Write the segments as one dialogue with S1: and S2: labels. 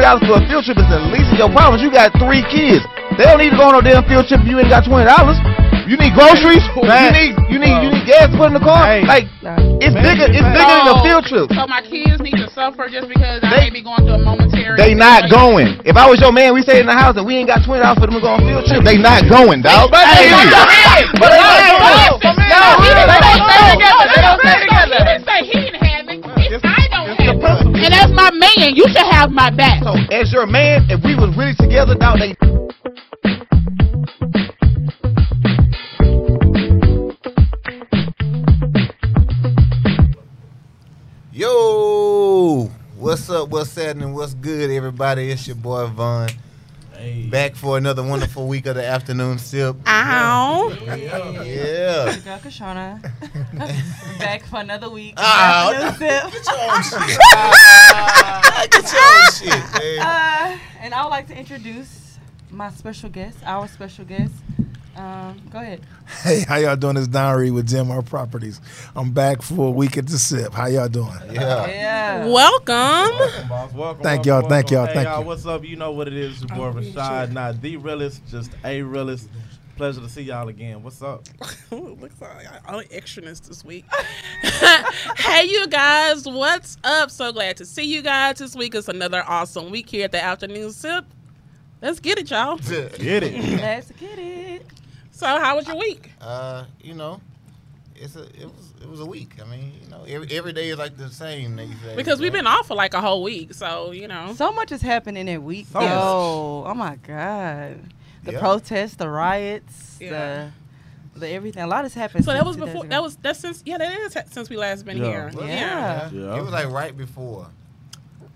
S1: dollars for a field trip is the least of your problems. You got three kids. They don't need to go on no damn field trip if you ain't got twenty dollars. You need groceries. You
S2: Man.
S1: need you need you
S2: Bro.
S1: need gas to put in the car.
S2: Hey.
S1: Like it's
S2: Man,
S1: bigger it's
S2: man.
S1: bigger than a
S3: So-
S1: field trip.
S3: So my kids need to suffer just because I
S1: They-
S3: may be going through a momentary.
S1: They not
S3: situation?
S1: going. If I was your man, we stayed in the house and we ain't got twenty dollars for them to go on a field trip.
S4: They not going, dog.
S1: But
S4: Hey,
S1: they not going. But they not going.
S3: No, he didn't say
S1: No,
S3: stay together.
S1: no, no,
S3: They don't
S1: no,
S3: stay
S1: no,
S3: together. He
S1: no.
S3: didn't say he didn't have it. It's, I don't
S2: It's the
S3: have it.
S2: principle.
S3: And that's my man. You should have my back.
S1: So, as your man, if we was really together, dog, they
S4: Yo, what's up? What's happening? What's good, everybody? It's your boy Von. Back for another wonderful week of the afternoon sip.
S5: Ow.
S4: Yeah.
S6: Girl Kashana. Back for another week.
S4: Ah,
S6: Afternoon sip.
S4: Get your own Oh, shit, man.
S6: Uh, and I would like to introduce my special guest, our special guest. Um, go ahead.
S7: Hey, how y'all doing? It's Don Reed with GMR Properties. I'm back for a week at the sip. How y'all doing?
S4: Yeah.
S6: Yeah.
S5: Welcome.
S2: Boss, welcome, welcome,
S7: Thank y'all,
S2: welcome.
S7: thank y'all,
S2: Hey,
S7: thank
S2: y'all,
S7: you.
S2: what's up? You know what it is, it's your boy Rashad. Not the realest, just a realest. Pleasure to see y'all again. What's up?
S5: Ooh, looks like I- all the extraness this week. hey, you guys, what's up? So glad to see you guys this week. It's another awesome week here at the afternoon sip. Let's get it, y'all.
S2: Get it.
S6: Let's get it.
S5: So, how was your week?
S4: Uh, you know, it's a it was it was a week. I mean, you know, every, every day is like the same. these days,
S5: Because we've
S4: right?
S5: been off for like a whole week, so you know.
S6: So much has happened in that week.
S2: So
S6: though. Oh my God. The
S4: Yeah.
S6: protests, the riots,
S5: Yeah.
S6: the the everything. A lot has happened.
S5: So that
S6: since
S5: was
S6: two days
S5: before.
S6: ago.
S5: That was that's since yeah that is since we last been
S2: Yeah.
S5: here.
S4: Well,
S6: Yeah.
S2: Yeah.
S4: It was like right before.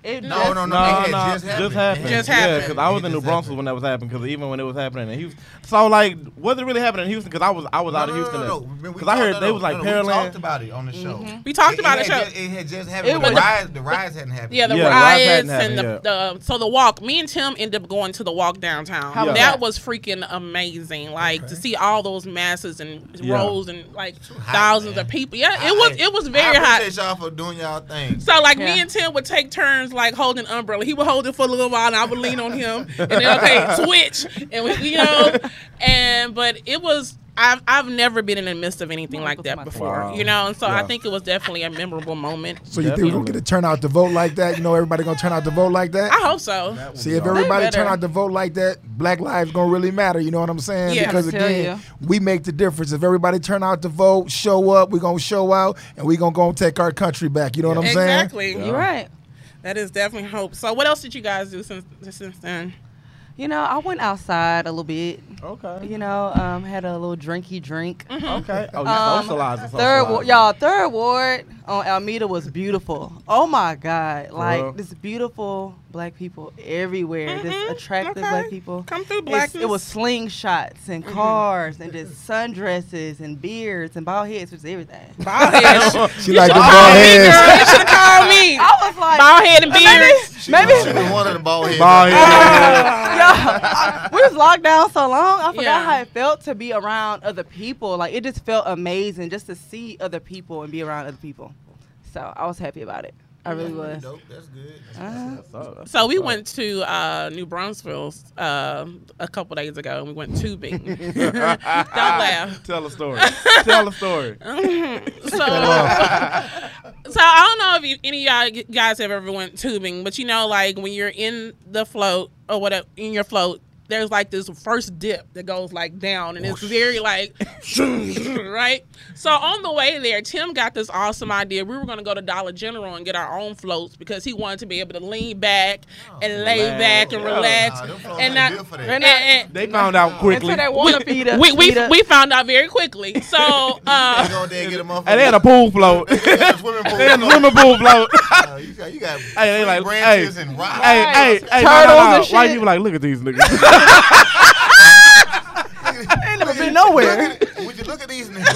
S6: It
S4: No,
S6: just-
S4: no, no.
S2: No,
S4: it
S2: no,
S4: had
S2: just happened.
S4: It had
S5: Just happened.
S2: Yeah, because I was
S4: It
S2: in New
S4: just
S2: Brunswick
S4: happened.
S2: when that was happening. Because even when it was happening in Houston, so like, was it really happening in Houston? Because I was, I was
S4: No,
S2: out
S4: no,
S2: of
S4: no,
S2: Houston.
S4: no, no. We- we
S2: Because I heard
S4: talked-
S2: they was like
S4: no, no, We talked
S2: paralleling.
S4: about it on the show.
S5: We Mm-hmm. talked
S4: It-
S5: about
S4: it
S5: it,
S4: had
S5: so-
S4: ju- It had just
S6: It
S4: happened.
S6: was-
S4: The riots, the riots hadn't happened.
S5: Yeah, the
S2: Yeah, riots hadn't
S5: riots and the,
S2: happened
S5: the so the walk. Me and Tim ended up going to the walk downtown.
S2: How
S6: was
S5: That
S6: that?
S5: was freaking amazing. Like to see all those masses and
S2: Yeah.
S5: rows and like
S4: hot,
S5: thousands
S4: man.
S5: of people. Yeah,
S4: I-
S5: it was it was very
S4: I
S5: hot.
S4: appreciate y'all for doing y'all thing.
S5: So like
S6: Yeah.
S5: me and Tim would take turns like holding umbrella. He would hold it for a little while, and I would lean on him, and then okay, switch, and we, you know, and but it was. I've, I've never been in the midst of anything like that before,
S2: Wow.
S5: you know, and so I
S2: Yeah.
S5: think it was definitely a memorable moment.
S7: So you think we're gonna get a turnout to vote like that? You know, everybody gonna turn out to vote like
S5: I
S7: that?
S5: hope so.
S7: See, if everybody
S5: better.
S7: turn out to vote like that, Black lives gonna really matter. You know what I'm saying?
S5: Yeah.
S7: because
S6: I tell
S7: again, we make the difference. If everybody turn out to vote, show up, we're gonna show out, and we're gonna go and take our country back. You know what I'm saying?
S5: Exactly.
S6: You're right.
S5: That is definitely hope. So, what else did you guys do since since then?
S6: You know, I went outside a little bit.
S2: Okay.
S6: You know, um, had a little drinky drink.
S5: Mm.
S2: Okay. Oh, you
S6: Um,
S2: socializing.
S6: Third ward,
S2: socializing.
S6: y'all. Third ward on Alameda was beautiful. Oh my God! like
S2: real?
S6: this beautiful black people everywhere.
S5: Mhm,
S6: This attractive
S5: okay.
S6: black people.
S5: Come through,
S6: It's-
S5: blackness. Mm-hmm.
S6: it was slingshots and cars and just sundresses and beards and bald heads, which is everything.
S5: bald head.
S7: She like the
S5: Call
S7: bald
S5: me,
S7: heads.
S5: girl. You should call me.
S6: I was like,
S5: Bald head and beard.
S6: maybe
S4: She was one of the bald heads.
S2: Bald head.
S6: yeah, I- we was locked down so long. I forgot
S5: Yeah.
S6: how it felt to be around other people. Like it just felt amazing just to see other people and be around other people. So I was happy about it. I really was.
S4: Dope. That's good.
S2: That's up.
S5: So we went to uh, New Brunswick uh, a couple days ago, and we went tubing. Don't laugh.
S2: Tell a story. Tell a story.
S5: so, so I don't know if you, any of y'all guys have ever went tubing, but you know, like when you're in the float or whatever in your float, there's like this first dip that goes like down, and
S6: Oh,
S5: it's very like right. So on the way there, Tim got this awesome idea. We were gonna go to Dollar General and get our own floats because he wanted to be able to lean back and lay
S2: relax.
S5: back and
S2: Yeah.
S5: relax
S4: Nah, them folks
S5: and
S4: ain't
S5: not.
S4: built for that.
S5: and- and-
S2: They found out quickly.
S6: Until they
S2: And
S6: want to be the
S5: we, we,
S6: be the-
S5: we found out very quickly. So uh,
S4: They go there and get a motherfucker.
S2: they had a pool float. they
S4: They had a swimming pool.
S2: had a swimming pool float.
S4: Uh, you got, you got
S2: Hey, they like,
S4: branches
S2: hey,
S4: and rocks.
S2: hey, hey, hey, no, no,
S6: Turtles
S2: no.
S6: and
S2: White
S6: shit.
S2: people like, look at these niggas.
S6: never been nowhere.
S4: Would you look at these niggas?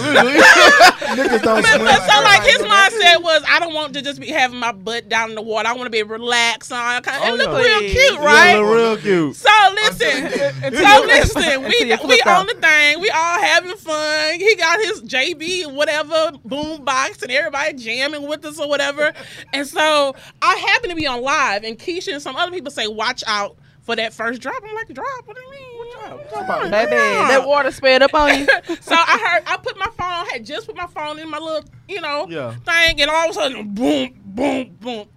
S7: Niggas don't
S5: But-
S7: swim.
S5: but so like his mindset was, I don't want to just be having my butt down in the water. I want to be relaxed. And kind it look real
S6: Please.
S5: cute,
S2: Right?
S5: right?
S2: real cute.
S5: So listen,
S6: Until
S5: so
S6: you-
S5: listen, we
S6: until
S5: we
S6: you flip
S5: on
S6: out.
S5: the thing. We all having fun. He got his JB whatever boom box and everybody jamming with us or whatever. And so I happen to be on live, and Keisha and some other people say, "Watch out." For that first drop, I'm like, drop? What do you mean? What drop? What drop?
S6: Baby, that water sped up on you.
S5: so I heard I put my phone, had just put my phone in my little, you know,
S2: Yeah.
S5: thing, and all of a sudden, boom, boom, boom.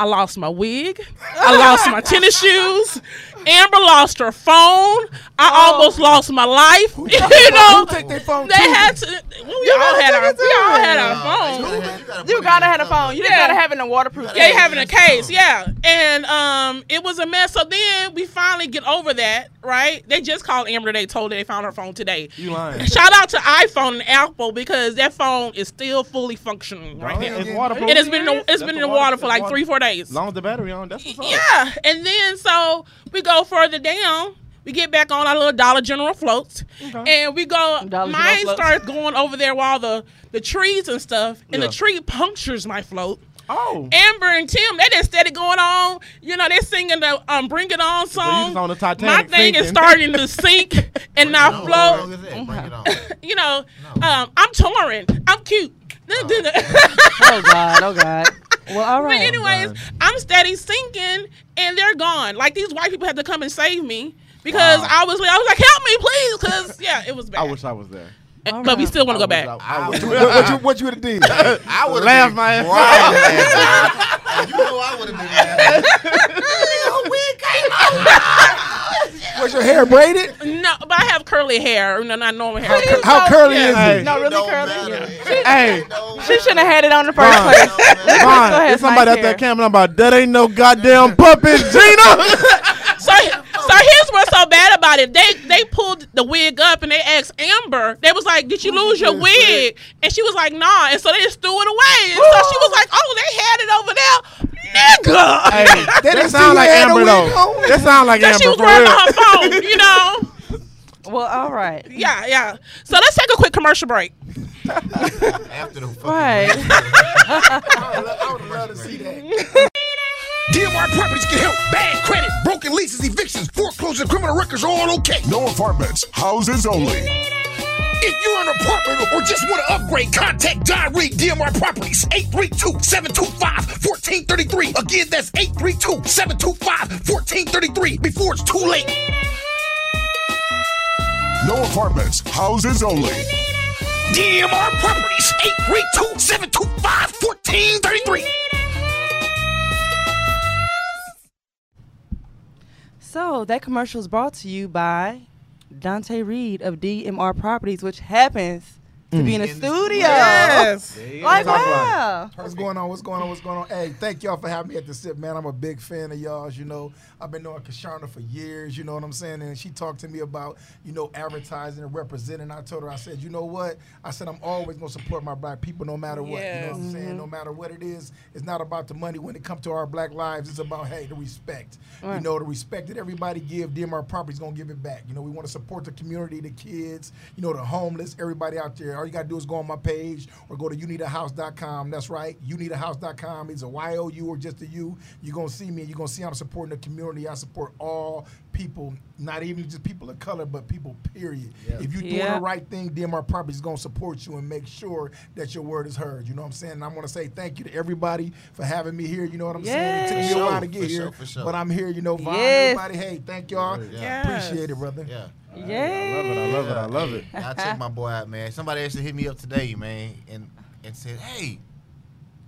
S5: I lost my wig. I lost my tennis shoes. Amber lost her phone. I almost lost my life. you know,
S7: Who take their phone
S5: they
S7: too?
S5: had to. well, we all had our. We all had our phones.
S4: Oh,
S6: You gotta have a phone. You just
S5: Yeah.
S6: gotta have it in a waterproof.
S5: Yeah,
S6: case.
S5: you having a case, yeah. And um, it was a mess. So then we finally get over that, right? They just called Amber today, told her they found her phone today.
S2: You lying.
S5: Shout out to iPhone and Apple because that phone is still fully functioning right now.
S2: It's waterproof.
S5: It has been in the, it's
S2: That's
S5: been in
S2: the
S5: the water for
S2: water-
S5: like
S2: water-
S5: three four days.
S2: As long as the battery on, that's what's up.
S5: Yeah, and then so we go further down. We get back on our little Dollar General floats, and we go.
S6: Dollar
S5: mine
S6: General floats.
S5: starts going over there with all the the trees and stuff, and
S2: Yeah.
S5: the tree punctures my float.
S2: Oh.
S5: Amber and Tim, they just steady going on. You know, they're singing the um, "Bring It On"
S2: you
S5: song.
S2: just on the Titanic
S5: um, My thing is
S2: sinking.
S5: starting to sink and not float
S4: Bring it on.
S5: you know, um, I'm touring. I'm cute.
S6: Oh God. Oh God. Well, all
S5: but
S6: right.
S5: anyways, I'm steady sinking, and they're gone. Like these white people had to come and save me because I was like, I was like, help me, please, because yeah, it was bad.
S2: I wish I was there.
S5: And- but we still want to go
S2: I wish I-
S5: back.
S2: I
S4: I
S2: wish-
S4: would-
S7: What, what you what you would have did?
S4: I would
S2: Laugh my ass
S4: You know I would have been laughing.
S7: Was your hair braided?
S5: No, but I have curly hair. No, not normal hair.
S6: Please
S7: How
S6: don't-
S7: curly
S5: Yeah.
S7: is it?
S6: No,
S4: It don't
S6: really curly.
S4: matter.
S2: Hey,
S4: It don't
S6: She shouldn't have had it on the first
S7: Fine.
S6: place.
S4: matter.
S6: Vaughn,
S2: Vaughn,
S6: has
S2: it's somebody
S6: nice
S2: out there
S6: hair.
S2: camming about that ain't no goddamn puppet, Gina.
S5: So, so here's what's so bad about it. They they pulled the wig up and they asked Amber. They was like, "Did you lose your wig?" And she was like, "Nah." And so they just threw it away. And so she was like, "Oh, they had it over there, nigga."
S2: hey, that
S7: didn't see
S2: sound like
S7: you had a
S2: Amber
S7: wig
S2: though.
S7: on?
S2: That sound like
S5: That
S2: Amber
S5: she was
S2: for
S5: wearing
S2: real.
S5: on her phone, you know.
S6: Well, all right.
S5: Yeah, yeah. So let's take a quick commercial break.
S4: After the fucking
S6: Right.
S8: DMR properties can help. Bad credit, broken leases, evictions, foreclosure, criminal records are all okay. No apartments, houses only. If you're an apartment or just want to upgrade, contact John Reed DMR Properties 832-725-1433. Again, that's 832-725-1433 before it's too late. No apartments, houses only. DMR Properties 832-725-1433.
S6: So that commercial is brought to you by Dante Reed of DMR Properties, which happens to be in the studio. Like wow.
S7: What's going on? What's going on? What's going on? Hey, thank y'all for having me at the sip, man. I'm a big fan of y'all's. You know, I've been knowing Kashana for years. You know what I'm saying? And she talked to me about you know advertising and representing. I told her, I said, you know what? I said I'm always gonna support my black people no matter what. You know what I'm saying? No matter what it is, it's not about the money when it comes to our black lives. It's about hey, the respect. You know, the respect that everybody give, DMR Properties gonna give it back. You know, we want to support the community, the kids, you know, the homeless, everybody out there. All you gotta do is go on my page or go to youneedahouse.com. That's right, youneedahouse.com. It's a Y O U or just a U. You're gonna see me. You're gonna see I'm supporting the community. I support all people, not even just people of color, but people. Period. If you're doing
S6: Yeah.
S7: the right thing, DMR Properties is gonna support you and make sure that your word is heard. You know what I'm saying? And I want to say thank you to everybody for having me here. You know what I'm saying? It took me a
S4: Yay.
S7: while to get
S4: For sure,
S7: here,
S4: for sure.
S7: but I'm here. You know, Vaughn,
S6: Yes.
S7: everybody. Hey, thank y'all.
S4: Yeah.
S7: Appreciate it, brother.
S4: Yeah.
S6: Yeah.
S2: I love it. I love it.
S4: I took my boy out, man. Somebody actually hit me up today, man, and and said, "Hey,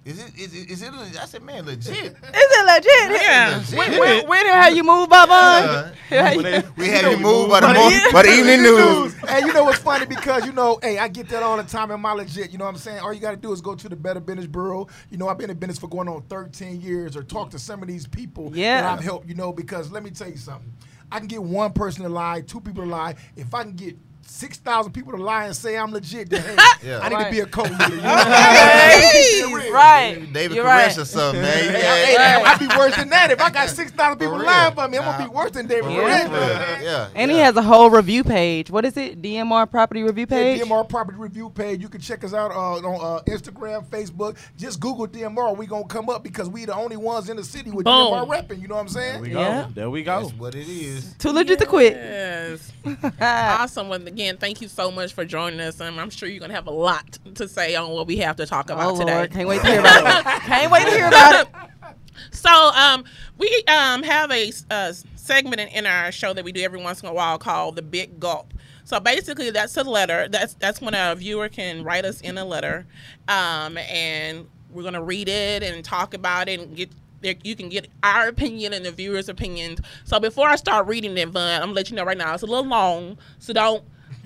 S4: is it is it, is it?" I said, "Man, legit."
S6: Is it legit?
S5: Yeah.
S6: When, when, when did how you move, Bubba?
S4: we had you moved by the morning, by the evening news.
S7: And you know what's funny because you know, hey, I get that all the time in my legit. You know what I'm saying? All you got to do is go to the Better Business Bureau. You know, I've been in business for going on 13 years, or talk to some of these people
S6: Yeah.
S7: that I've helped. You know, because let me tell you something. I can get one person to lie, two people to lie. If I can get six thousand people to lie and say I'm legit. Then, hey,
S4: Yeah.
S7: I need to
S6: Right.
S7: be a co-leader. You know?
S6: Jeez, right.
S4: David
S6: You're
S4: Koresh
S6: right.
S4: or something, man. You
S7: Hey,
S4: had-
S7: hey, I'd be worse than that. If I got six thousand people
S4: real.
S7: lying for me, I'm gonna
S4: Nah.
S7: be worse than David
S4: For real, for real.
S7: Koresh.
S4: Yeah.
S6: And
S4: yeah.
S6: he has a whole review page. What is it? DMR property review
S7: Yeah,
S6: page.
S7: DMR Property Review page. You can check us out uh, on uh, Instagram, Facebook. Just Google DMR. We gonna come up because we the only ones in the city with
S5: Boom.
S7: DMR repping. You know what I'm
S2: There we
S7: saying?
S2: go.
S6: Yeah.
S2: There we
S4: That's
S2: go.
S4: what it is.
S6: Too legit to quit. Ah.
S5: Yes. awesome. Once again, thank you so much for joining us. And I'm sure you're going to have a lot to say on what we have to talk about
S6: oh
S5: today.
S6: Lord, can't wait to hear about it. Can't wait to hear about it.
S5: So um, we um, have a uh, segment in, in our show that we do every once in a while called the Big Gulp. So basically, that's a letter. That's that's when a viewer can write us in a letter, um, and we're gonna read it and talk about it and get. there- You can get our opinion and the viewers' opinions. So before I start reading it, Vaughn, I'm gonna let you know right now it's a little long. So don't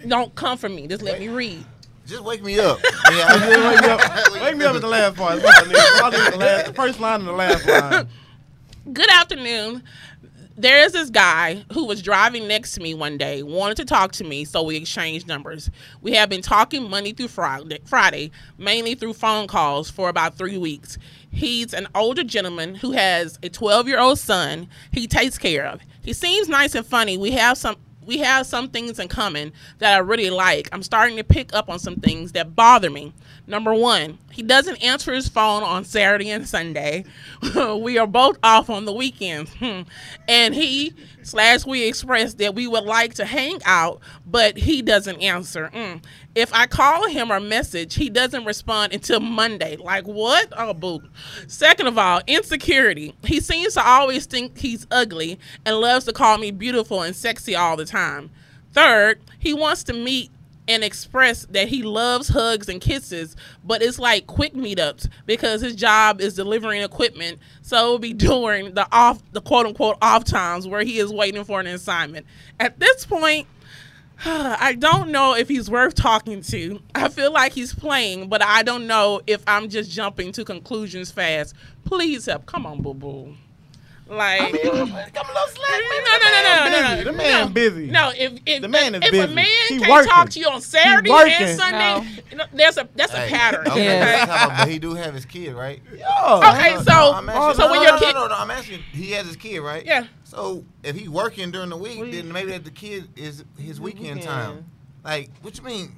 S5: don't come for me. Just let me read.
S4: Just wake me up. Yeah, I-
S2: Wake me up. Wake me up at the last part. That's what I need. I need the, last, the first line and the last line.
S5: good afternoon. There is this guy who was driving next to me one day, wanted to talk to me, so we exchanged numbers. We have been talking Monday through Friday, Friday, mainly through phone calls for about three weeks. He's an older gentleman who has a 12 year old son he takes care of. He seems nice and funny. We have some. We have some things in common that I really like. I'm starting to pick up on some things that bother me. Number one, he doesn't answer his phone on Saturday and Sunday. we are both off on the weekends. Hmm. And he slash we expressed that we would like to hang out, but he doesn't answer. Mm. If I call him or message, he doesn't respond until Monday. Like what? Oh boo. Second of all, insecurity. He seems to always think he's ugly and loves to call me beautiful and sexy all the time. Third, he wants to meet and express that he loves hugs and kisses, but it's like quick meetups because his job is delivering equipment, so it'll be during the off the quote unquote off times where he is waiting for an assignment. At this point, I don't know if he's worth talking to. I feel like he's playing, but I don't know if I'm just jumping to conclusions fast. Please help. Come on, boo boo. Like
S1: Come a little slack.
S5: no, no, no, no, no, no.
S2: The man
S5: no.
S2: busy.
S5: No, if if,
S2: The man is
S5: if a
S2: busy.
S5: man
S2: He
S5: can't
S2: working.
S5: talk to you on Saturday
S2: working.
S5: and Sunday, you know, there's a that's a
S4: Hey,
S5: pattern.
S4: okay,
S6: Yeah.
S4: that's how- but he do have his kid, right?
S5: Okay, so
S4: I'm asking,
S5: so
S4: no,
S5: when
S4: no,
S5: your
S4: no,
S5: kid,
S4: no, no, no, I'm asking, he has his kid, right?
S5: Yeah.
S4: So if he working during the week, then maybe that the kid is his weekend time. Like, what you mean?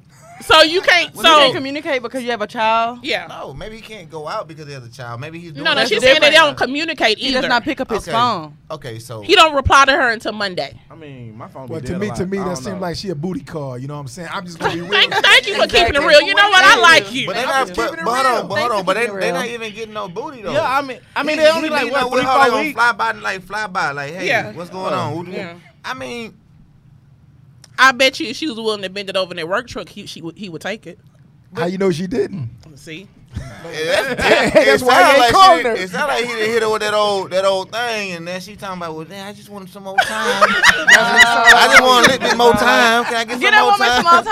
S5: so you can't.
S4: Well, he
S6: Can't
S5: So
S6: communicate because you have a child.
S5: yeah,
S4: No, maybe he can't go out because he has a child. Maybe he's doing
S5: no, no.
S4: that
S5: She's
S4: to-
S5: saying that they don't communicate
S6: He
S5: either.
S6: does not pick up his
S4: Okay.
S6: phone.
S4: Okay, so
S5: He don't reply to her until Monday.
S2: I mean, my phone.
S7: Well,
S2: be
S7: to
S2: dead
S7: me,
S2: a lot.
S7: to me,
S2: I
S7: that
S2: don't know.
S7: seems like she a booty call. You know what I'm saying? I'm just gonna be real.
S5: Thank,
S7: with you.
S5: thank you for keeping it real. You know what? I like you.
S4: But they not,
S7: Keeping
S4: but,
S7: it
S4: but hold
S7: real.
S4: on, but
S6: Thanks
S4: hold
S6: for
S4: on, but they,
S6: keeping it
S4: they not
S6: real.
S4: even getting no booty though.
S2: Yeah, I mean, I mean,
S4: He-
S2: they
S4: he
S2: only
S4: need
S2: like
S4: to
S2: what
S4: know
S2: three,
S4: how they
S2: four
S4: gonna
S2: weeks.
S4: Fly by, like fly by, like hey,
S5: Yeah.
S4: what's going on? Who do you-
S5: Yeah.
S4: I mean,
S5: I bet you if she was willing to bend it over in their work truck, he she would he would take it.
S7: How you know she didn't?
S5: See,
S4: that's,
S7: That's why I ain't
S4: like
S7: calling
S4: she-
S7: her.
S4: It sound like he done hit her with that old that old thing, and then she talking about, well, damn, I just wanted some more time. I just want a little bit more time. Can I get some
S6: Get that
S4: more
S6: woman
S4: time?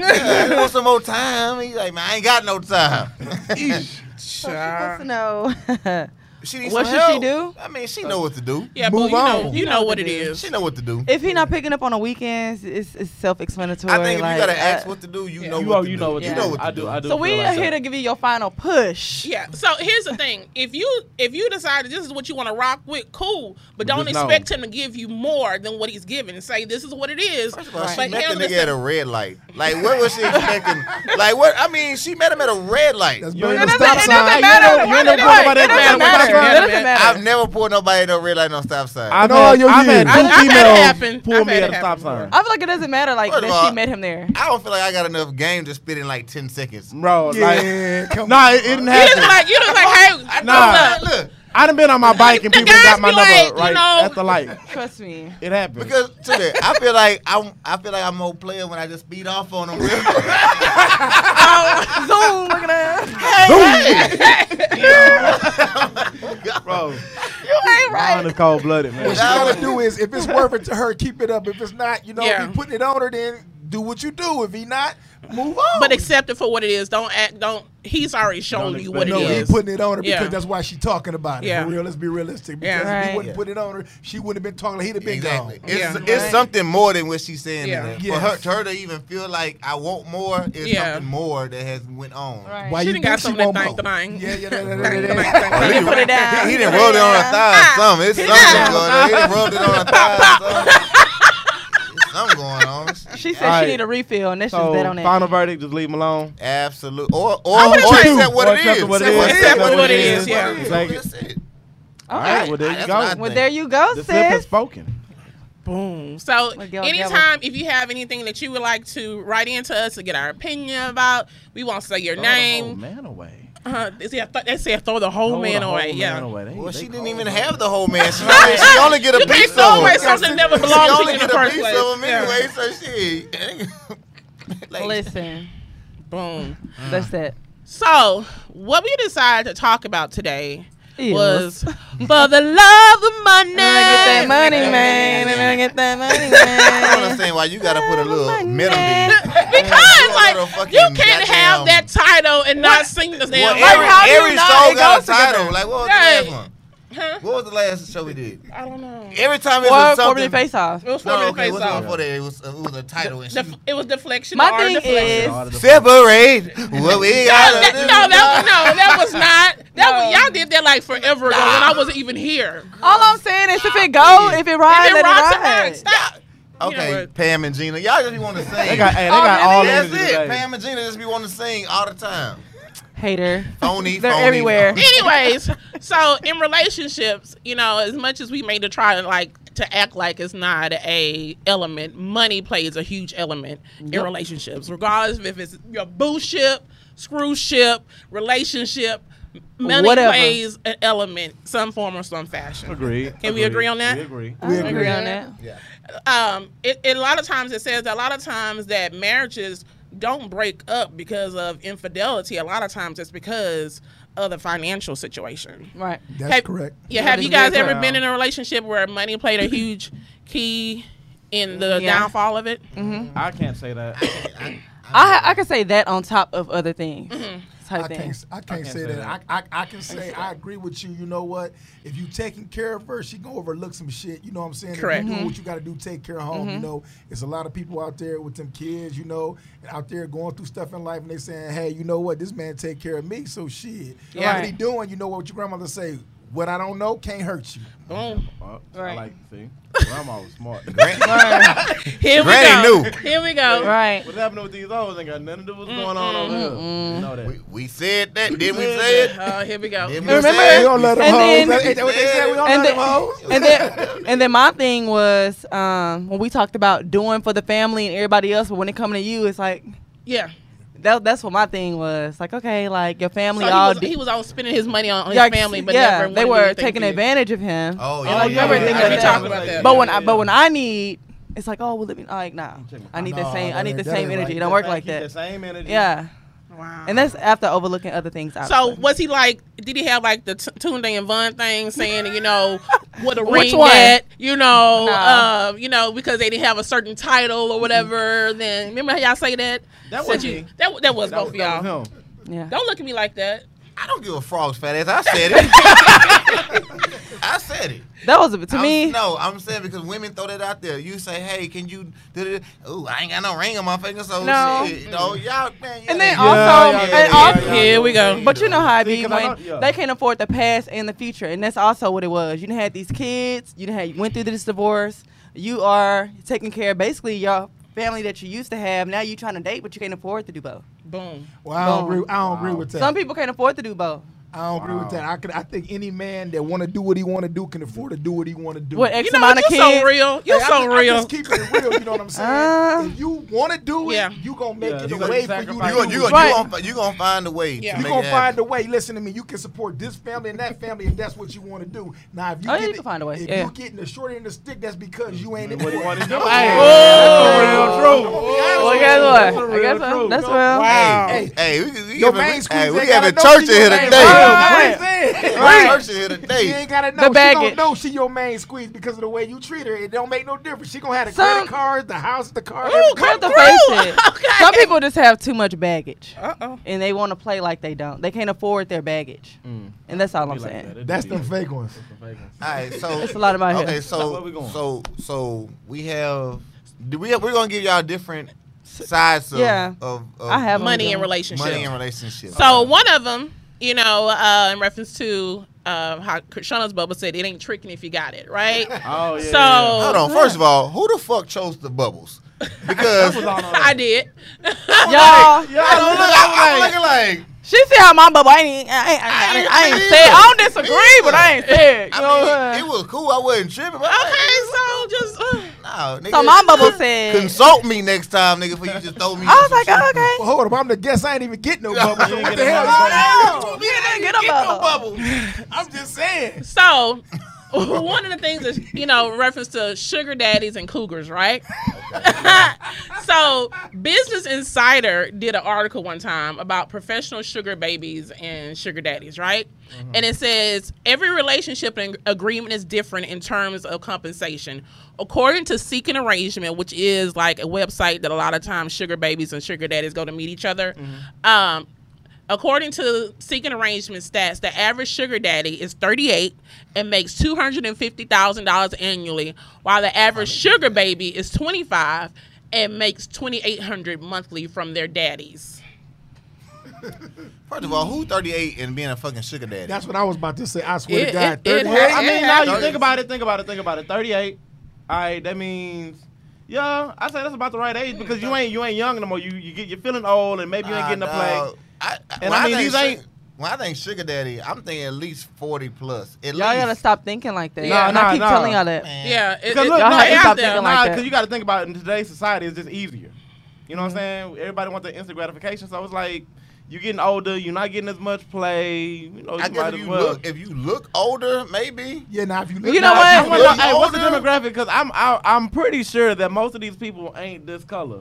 S6: more time.
S4: Yeah, I just want some more time. He's like, man, I ain't got no time.
S6: Wants to know.
S4: she needs
S6: What
S4: some
S6: should she
S4: help.
S6: do?
S4: I mean, she know what to do.
S5: yeah, but
S7: Move
S5: you know
S7: on.
S5: you know what it is.
S4: She know what to do.
S6: if he not picking up on the weekends, it's, it's self-explanatory.
S4: I think if
S6: like,
S4: you gotta ask
S6: uh,
S4: what to do, you
S5: yeah.
S4: know
S2: You,
S4: what
S2: oh,
S4: to
S2: you
S4: do.
S2: know what
S4: you
S2: to
S4: know
S2: do.
S4: what to
S2: I do. I do.
S6: So we
S2: feel
S6: are
S2: like
S6: here
S2: that.
S6: to give you your final push.
S5: Yeah. So here's the thing: if you if you decide that this is what you want to rock with, cool. But don't
S2: just know.
S5: expect him to give you more than what he's giving. Say this is what it is.
S4: First of all, she
S5: but
S4: met
S5: handle
S4: the
S5: this
S4: nigga at
S5: thing-
S4: a red light. Like, what was she expecting? like, what? I mean, she met him at a red light.
S7: That's
S2: You
S7: better
S2: ain't
S7: than
S2: no-
S7: a stop
S6: it doesn't
S7: sign.
S6: matter.
S2: You ain't no
S6: It
S2: good about
S6: doesn't
S2: that
S6: matter.
S2: man.
S6: It doesn't
S4: I've
S6: matter.
S4: never pulled nobody in no red light, no stop sign.
S2: I've
S7: all
S2: had,
S7: your
S2: I've had
S7: years.
S2: two
S5: I've had it happen.
S2: females pull
S5: I've
S2: me
S5: had
S2: at
S5: it
S2: a stop
S5: happen.
S2: sign.
S6: I feel like it doesn't matter. Like
S4: First of
S6: that she
S4: all,
S6: met him there.
S4: I don't feel like I got enough game to spit in like 10 seconds.
S2: Bro, like,
S7: Yeah, come on.
S2: nah, it, it didn't
S5: You just
S2: happen.
S5: like you just like hey,
S2: Nah.
S5: what's up?
S4: Look,
S2: I done been on my bike and
S5: The
S2: people got
S5: guys
S2: my
S5: be
S2: number
S5: like,
S2: right
S5: you know-
S2: at the light.
S6: Trust me.
S2: It happened.
S4: because to that, I feel like I'm, I feel like I'm more player when I just speed off on them. Real quick.
S6: Zoom. Look at that.
S2: bro,
S6: You ain't right.
S2: mine is cold blooded, man.
S7: What you gotta do is, if it's worth it to her, keep it up. If it's not, you know,
S5: Yeah.
S7: if you putting it on her, then do what you do. If he not, move on.
S5: But accept it for what it is. Don't act. Don't. He's already shown
S2: Don't
S5: you what it
S2: expect
S7: no,
S5: is.
S7: he putting it on her because
S5: Yeah.
S7: that's why she talking about it.
S5: Yeah.
S7: For real, let's be realistic.
S5: Yeah.
S7: Because if he
S6: Right.
S7: wouldn't put it on her, she wouldn't have been talking. He'd have been
S4: Exactly.
S7: gone.
S4: It's,
S5: Yeah.
S4: it's
S6: Right.
S4: something more than what she's saying.
S5: Yeah.
S4: Yeah.
S7: Yes.
S4: For her, to her to even feel like I want more is
S5: Yeah.
S4: something more that has went on.
S6: Right.
S7: Why
S5: She
S7: you
S5: done
S7: think
S5: got
S7: she
S5: something
S7: want
S5: to
S7: more?
S5: thank, thank.
S7: Yeah, yeah, that-
S5: Thank,
S7: that- that-
S5: thank,
S4: Or
S5: thank.
S4: he,
S6: Put it down. Ah.
S4: he, he didn't roll it on her thigh or something. It's something going on. He done rubbed it on her thigh or something. It's something going on.
S6: She said
S2: Alright.
S6: she need a refill, and that's
S2: So
S6: just that on that.
S2: final verdict, just leave him alone.
S4: Absolutely. Or, or,
S5: I
S4: or
S5: would've tried-
S4: accept what
S2: Or
S4: it
S2: accept
S4: is.
S2: what it
S4: Accept
S2: is.
S5: Accept what it is,
S4: What
S5: yeah.
S4: it
S2: Like-
S4: That's it.
S2: All right,
S6: Okay.
S2: well there you
S4: That's
S2: go.
S4: what I
S6: Well,
S4: think.
S6: there you go,
S2: The flip has
S6: sis.
S2: spoken.
S5: Boom. So
S6: Look, y'all
S5: anytime if you have anything that you would like to write into us to get our opinion about, we won't say your
S2: Oh,
S5: name.
S2: man away.
S5: Uh, they, say, they say throw the whole
S2: Throw the
S5: man
S2: whole
S5: away. yeah.
S2: man away. They-
S4: Well,
S2: they
S4: she didn't
S2: cold.
S4: even have the whole man. She, only- she only get a
S5: You
S4: piece
S5: can't
S4: of
S5: throw away
S4: him.
S5: something that never
S4: She
S5: belongs to
S4: only
S5: you in
S4: get
S5: the
S4: a
S5: first
S4: piece
S5: place.
S4: of him
S5: Yeah.
S4: anyway, so she. Like,
S6: Listen,
S5: Boom.
S6: that's that.
S5: So what we decided to talk about today
S6: Ew.
S5: was for the love of money.
S6: And I get that money, man. And I get that money,
S4: I don't
S6: man.
S4: understand why you gotta put a little middle in.
S5: because
S4: Little
S5: like
S4: fucking
S5: you can't have
S4: goddamn-
S5: that title and not sing the damn
S4: Well,
S5: song.
S4: every,
S6: how do you
S4: every
S6: know
S4: show
S6: it
S4: got a
S6: goes together?
S4: title. Like, what was
S5: Right.
S4: the last one?
S5: Huh?
S4: What was the last show we did?
S5: I don't know.
S4: Every time it
S6: Or
S4: was
S6: formerly
S4: something.
S6: face off.
S5: It was for
S4: no,
S5: me
S4: okay,
S5: face
S4: what's the one
S5: off.
S4: before that? It was, uh, it was a title. And she,
S5: Def- it was deflection.
S6: My
S5: or
S6: thing
S5: deflection.
S6: is-
S2: All of the-
S4: separate what we
S5: No,
S4: gotta
S5: that,
S4: do.
S5: no, that, no, that was not. That was,
S6: No.
S5: y'all did that like forever ago, and I wasn't even here.
S6: All I'm saying is, if it go, if
S5: If it
S6: it ride,
S5: rocks, it
S6: let
S5: rocks.
S6: it ride.
S5: Stop.
S4: Okay,
S5: You know what?
S4: Pam and Gina, y'all just be want to sing.
S2: They got, hey, they got
S6: Oh,
S2: all
S6: really?
S4: That's
S2: energy
S4: it.
S2: today.
S4: Pam and Gina just be want to sing all the time.
S6: Hater.
S4: Phony,
S6: They're
S4: phony,
S6: everywhere.
S4: phony.
S5: Anyways, so in relationships, you know, as much as we made to try to like to act like it's not a element, money plays a huge element in relationships, regardless if it's your boo ship, screw ship, relationship. Money
S6: Whatever.
S5: plays an element, some form or some fashion.
S2: Agreed.
S5: Can we agree on that?
S2: We agree.
S6: I
S7: agree.
S6: agree on that.
S5: um, it, it, a lot of times it says that a lot of times that marriages don't break up because of infidelity. A lot of times it's because of the financial situation.
S6: Right.
S7: That's
S5: Have-
S7: correct.
S5: Yeah,
S6: That
S5: have
S6: is
S5: you guys
S6: real
S5: ever
S2: time.
S5: been in a relationship where money played a huge key in the
S6: Yeah. Mm-hmm.
S5: downfall of it?
S2: I can't say that.
S6: I I could say that on top of other things. Type
S7: I can't,
S6: thing.
S7: s- I can't say, that. I, I, I can say I agree with you. You know what? If you taking care of her, she gonna overlook some shit. You know what I'm saying? If you
S5: Correct.
S7: doing what you gotta do, take care of home. You know, it's a lot of people out there with them kids. You know, and out there going through stuff in life, and they saying, "Hey, you know what? This man take care of me, so shit.
S5: Yeah.
S7: What he doing? You know what your grandmother say? What I don't know can't hurt you.
S5: Boom.
S2: Oh, I
S6: Right.
S2: like see. Grandma was smart. what
S5: Here we
S4: Granny
S5: go.
S4: knew.
S5: Here we go.
S6: Right.
S2: happened with these O's ain't got nothing to do with what's going on over here. You know that.
S4: We, we said that. Didn't we say it?
S5: Uh, here we go.
S4: Didn't
S5: Here
S4: we
S6: Remember-
S4: say it?
S7: We don't let them
S6: And
S7: hoes.
S6: then-
S7: That- ain't that what they said? We don't
S6: and
S7: let them
S6: then-
S7: hoes.
S6: and then and then my thing was um, when we talked about doing for the family and everybody else, but when it come to you, it's like
S5: Yeah.
S6: that, that's what my thing was. Like okay, like your
S5: So
S6: family
S5: he
S6: all
S5: was,
S6: di-
S5: he was all spending his money on, on his
S6: like,
S5: family, but
S6: yeah,
S5: never wanted to
S6: they
S5: do
S6: were
S5: anything
S6: taking
S5: for you.
S6: advantage of him.
S4: Oh,
S5: Oh,
S4: yeah.
S5: you ever did
S4: I
S5: that? We
S4: remember
S5: talked
S4: that.
S5: about that.
S6: But when
S2: Yeah,
S6: I
S2: yeah.
S6: but when I need, it's like oh well let me like nah, I need
S7: No,
S6: the same I
S7: that
S6: need the
S7: ain't- that
S6: same
S7: ain't
S6: energy.
S7: right.
S6: It don't work
S2: Keep
S6: like
S2: The
S6: that.
S2: same energy.
S6: Yeah,
S5: Wow.
S6: and that's after overlooking other things.
S5: So
S6: obviously.
S5: was he like? Did he have like the t- Tunde and Von thing saying, you know, what a
S6: Which
S5: ring
S6: one?
S5: at, you know,
S6: No.
S5: uh, you know, because they didn't have a certain title or whatever? Then remember how y'all say that?
S2: That
S5: Said
S2: was
S5: you-
S2: me.
S5: That, that was
S2: That was,
S5: both of
S2: that
S5: y'all.
S2: was him.
S6: yeah.
S5: Don't look at me like that.
S4: I don't give a frog's fat ass. I said it. I said it.
S6: That was to
S4: I'm-
S6: me.
S4: No, I'm saying because women throw that out there. You say, hey, can you do Oh, I ain't got no ring on my finger, so
S6: No.
S4: shit. No, y'all, man.
S6: And then
S4: y'all-
S6: also,
S2: yeah,
S6: and
S2: yeah, yeah,
S6: also,
S2: yeah, yeah.
S5: Here we go.
S6: But you know how it
S2: See,
S6: be
S2: 'cause
S6: when
S2: I know- yeah.
S6: they can't afford the past and the future, and that's also what it was. You done had these kids, you done had you went through this divorce. You are taking care of basically your family that you used to have. Now you trying to date, but you can't afford to do both.
S5: Boom.
S7: Well, I don't
S6: Boom.
S7: agree. I don't agree with that.
S6: Some people can't afford to do both.
S7: I don't agree with that. I could. I think any man that want to do what he want to do can afford to do what he want to do.
S6: With X
S5: You know
S6: amount
S5: what?
S6: of
S5: You're
S6: kids.
S5: so real. You're
S7: Hey, I
S5: so
S7: just-
S5: real.
S7: I just keep it real. You know what I'm saying?
S6: Uh,
S7: if you want to do it,
S5: Yeah.
S7: you gonna make
S2: Yeah,
S7: it
S2: you
S7: a
S2: gotta
S7: way for you.
S2: sacrifice.
S7: To
S4: You gonna,
S7: do
S4: you,
S7: it.
S4: gonna,
S6: Right.
S4: you, gonna, fi- you gonna find a way.
S5: Yeah.
S4: To
S7: You
S4: make
S7: gonna
S4: it
S7: find
S4: happen.
S7: a way. Listen to me. You can support this family and that family, and that's what you want to do. Now, if you
S6: Oh, yeah,
S7: get
S6: you can find a way.
S7: if
S6: Yeah.
S7: you getting the short end of the stick, that's because you ain't.
S2: What do you want to do?
S6: Well, guess what? I guess what? That's real.
S4: Hey, hey, we, we,
S7: Your
S4: having-
S7: main squeeze
S4: hey, we
S7: ain't gotta
S4: having
S7: know
S4: church in
S7: till your
S4: here
S7: main
S4: today.
S7: squeeze.
S6: Right.
S4: Right. Person here
S7: She
S4: today.
S7: ain't gotta know.
S6: The
S7: she
S6: baggage.
S7: don't know she your main squeeze because of the way you treat her. It don't make no difference. She gonna have the
S6: Some-
S7: credit cards, the house, the car.
S5: Ooh,
S7: everything.
S5: come
S6: Let's
S5: through.
S6: face it. Some people just have too much baggage,
S5: Uh-oh.
S6: and they want to play like they don't. They can't afford their baggage,
S4: Mm.
S6: and that's all I'm saying.
S7: That's them fake ones.
S4: All right, so
S6: It's a lot of my
S4: Okay,
S6: head.
S4: so
S2: Where we going?
S4: so so we have do we have, we're gonna give y'all different sides of
S6: Yeah.
S4: of, of
S6: I have
S5: Money and
S6: ongoing.
S5: relationships.
S4: money and relationships.
S5: So one of them, you know, uh, in reference to um, how Shauna's Bubba said, it ain't tricking if you got it, right?
S2: Oh yeah.
S5: so
S2: yeah.
S4: hold on. First of all, who the fuck chose the bubbles? Because I, look,
S5: I did.
S6: Y'all,
S4: I, I'm looking like
S6: she see how my bubble. I ain't, I ain't, I ain't, I ain't said. I don't disagree, but I ain't said. You know what I'm
S4: I mean,
S6: saying?
S4: it was cool. I wasn't tripping. But I'm
S5: Okay, so just uh,
S4: like, nah, nigga,
S6: So my bubble said.
S4: consult me next time, nigga, for you just throw me.
S6: I was
S4: some
S6: like,
S4: shit.
S6: oh, okay.
S7: Well, hold up, I'm the guest. I ain't even get no bubble. So
S2: ain't get
S7: what the
S2: no
S7: hell?
S2: bubble.
S6: No, you didn't get a bubble.
S7: I'm just saying.
S5: so. One of the things is, you know, in reference to sugar daddies and cougars, right? so, Business Insider did an article one time about professional sugar babies and sugar daddies, right? And it says every relationship and agreement is different in terms of compensation. According to Seek an Arrangement, which is like a website that a lot of times sugar babies and sugar daddies go to meet each other, um, According to seeking arrangement stats, the average sugar daddy is 38 and makes $250,000 annually, while the average sugar baby is 25 and makes 2800 monthly from their daddies.
S4: First of all, who 38 and being a fucking sugar daddy?
S7: That's what I was about to say. I swear
S5: It-
S7: to God,
S5: it- it
S7: 38.
S2: Well, I mean, now you
S4: Thirty.
S2: think about it, think about it, think about it. Thirty-eight. All right, that means. Yeah, I say that's about the right age because you ain't you ain't young no more. You you get you're feeling old and maybe you ain't getting a play.
S4: I, I,
S2: And
S4: when
S2: I mean,
S4: think
S2: these
S4: su-
S2: ain't-
S4: When I think sugar daddy, I'm thinking at least 40 plus. At
S6: Y'all
S4: least.
S6: gotta stop thinking like that.
S5: Nah,
S6: and I
S2: nah,
S6: keep
S2: nah.
S6: telling y'all that.
S4: Man.
S5: Yeah, it,
S2: Because
S5: it-
S2: look,
S6: y'all
S2: no,
S6: had to
S2: it's
S6: stop
S2: out there.
S6: thinking like
S2: Nah,
S6: that.
S2: because you got to think about it. in today's society, it's just easier. You know
S6: Mm-hmm.
S2: what I'm saying? Everybody wants the instant gratification, so it's like you getting older, you're not getting as much play. You know, you
S4: I guess
S2: might
S4: if
S2: as
S4: you
S2: well.
S4: look, if you look older, maybe.
S7: Yeah, now if you look.
S6: You know
S7: now,
S2: I
S6: what?
S2: wanna know,
S4: Look
S2: hey, what's the
S4: older.
S2: demographic? Because I'm I, I'm pretty sure that most of these people ain't this color.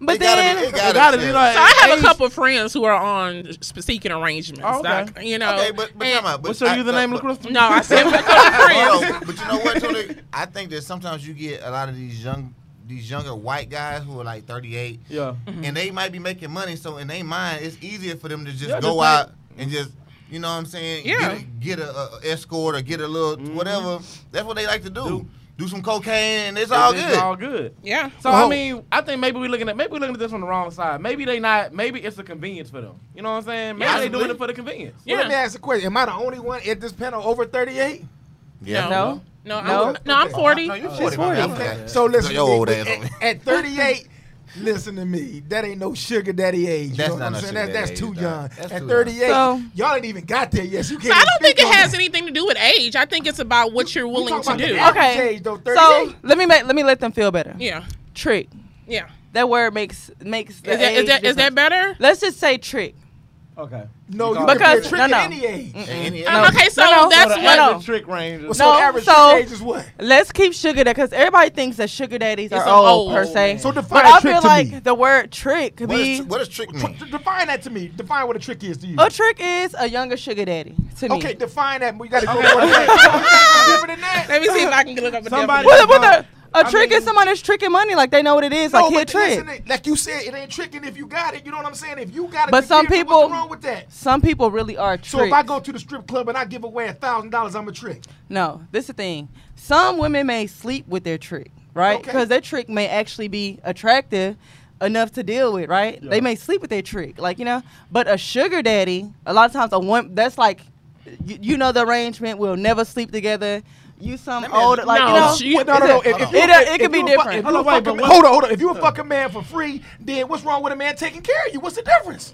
S6: But
S4: It gotta be-
S6: then,
S4: it gotta
S2: It gotta be
S4: be.
S2: like
S5: so I have a
S2: age-
S5: couple of friends who are on seeking arrangements.
S2: Oh, okay.
S5: doc, you know,
S4: okay, but, Oh. but
S5: and-
S4: come on. But
S2: What's your
S4: I-
S2: username,
S4: but-
S2: LaCrystal?
S6: Mm-hmm.
S5: no, I said a couple of
S4: Hold
S5: friends.
S4: on, but you know what, Tony? I think that sometimes you get a lot of these young, these younger white guys who are like 38,
S2: Yeah.
S4: and they might be making money. So in their mind, it's easier for them to just
S2: Yeah, just
S4: go out
S2: like-
S4: and just, you know, what I'm saying,
S5: Yeah.
S4: get a, get a, a escort or get a little whatever. That's what they like to do.
S2: Do.
S4: Do, some cocaine, and it's all good.
S2: It's all good.
S5: Yeah.
S2: So I
S7: Well-
S2: mean, I think maybe we're looking at maybe we're looking at this from the wrong side. Maybe they not. Maybe it's a convenience for them. You know what I'm saying? Maybe they doing
S4: Possibly.
S2: it for the convenience.
S5: Yeah.
S7: Let me ask a question. Am I the only one at this panel over 38?
S4: Yeah.
S6: no,
S5: No,
S6: No?
S5: I'm, no, I'm 40.
S4: No, you 40.
S6: She's
S4: my bad.
S6: 40.
S4: I forgot.
S7: So listen,
S4: Your old
S7: at,
S4: ass over
S7: at, at 38, listen to me. That ain't no sugar daddy age. You
S4: That's
S7: know what
S4: not
S7: I'm
S4: no
S7: saying?
S4: sugar
S7: That, that's
S4: daddy
S7: too
S4: age, dog.
S7: young.
S4: That's
S7: at
S4: too
S7: 38,
S6: young.
S7: y'all ain't even got there yet. So you
S5: So
S7: can't.
S5: I don't
S7: even
S5: think
S7: speak
S5: it
S7: on
S5: has
S7: that.
S5: anything to do with age. I think it's about what you're
S7: You
S5: willing to
S7: talking
S5: do.
S7: about the average
S6: Okay.
S7: Age, though,
S6: So
S7: 38?
S6: let me make, let me let them feel better.
S5: Yeah,
S6: Trick.
S5: yeah.
S6: That word makes makes. The
S5: Is that, is,
S6: age
S5: that, is that
S6: difference.
S5: better?
S6: Let's just say trick.
S2: Okay.
S7: no, you
S2: Because-
S7: can be a
S6: Because-
S7: trick
S6: no,
S7: at
S6: no.
S7: any age.
S4: And- and-
S5: Um, okay, so
S6: No, no.
S5: that's
S2: so the
S5: what.
S6: no.
S2: average trick range.
S7: Well,
S2: Is,
S7: so
S6: No,
S7: average
S6: so-
S7: trick age is what?
S6: Let's keep sugar daddy because everybody thinks that sugar daddies
S5: It's
S6: are
S5: an
S6: old,
S5: old
S6: per se.
S5: man.
S7: So define
S6: but I
S7: trick
S6: feel
S7: to
S6: like
S7: me.
S6: the word trick could
S4: What
S6: be
S4: is, what does trick mean?
S7: Tr- define that to me. Define what a trick is to you.
S6: a trick is a younger sugar daddy to me.
S7: Okay, define that. We gotta go. more than that. Deeper than that.
S5: Let me see if I can look up a
S2: Somebody-
S5: definition.
S6: What, what the, a
S2: I
S6: trick
S2: mean-
S6: is somebody that's tricking money, like they know what it is,
S7: No,
S6: like he a
S7: but
S6: trick.
S7: listen, like you said, it ain't tricking if you got it. You know what I'm saying? If you got it,
S6: But
S7: you
S6: some
S7: get it,
S6: people-
S7: what's wrong with that?
S6: Some people really are tricks.
S7: So if I go to the strip club and I give away a thousand dollars, I'm a trick.
S6: No, this is the thing. Some women may sleep with their trick, right?
S7: Okay.
S6: Because their trick may actually be attractive enough to deal with, right? They may sleep with their trick, like you know. But a sugar daddy, a lot of times a one that's like, you, you know, the arrangement. We'll never sleep together. You some
S4: me ask
S6: old
S4: you-
S6: like
S5: No,
S6: you know.
S5: she-
S7: Well, no, no,
S6: it's
S7: no.
S6: a-
S7: If, if
S6: it-
S7: you-
S6: it
S7: if
S6: could be
S7: you a
S6: different.
S7: Fuck, if
S2: Hold
S7: you
S2: on,
S7: a
S2: wait,
S7: fucking-
S2: but what-
S7: hold on, hold on. If you a fucking man for free, then what's wrong with a man taking care of you? What's the difference?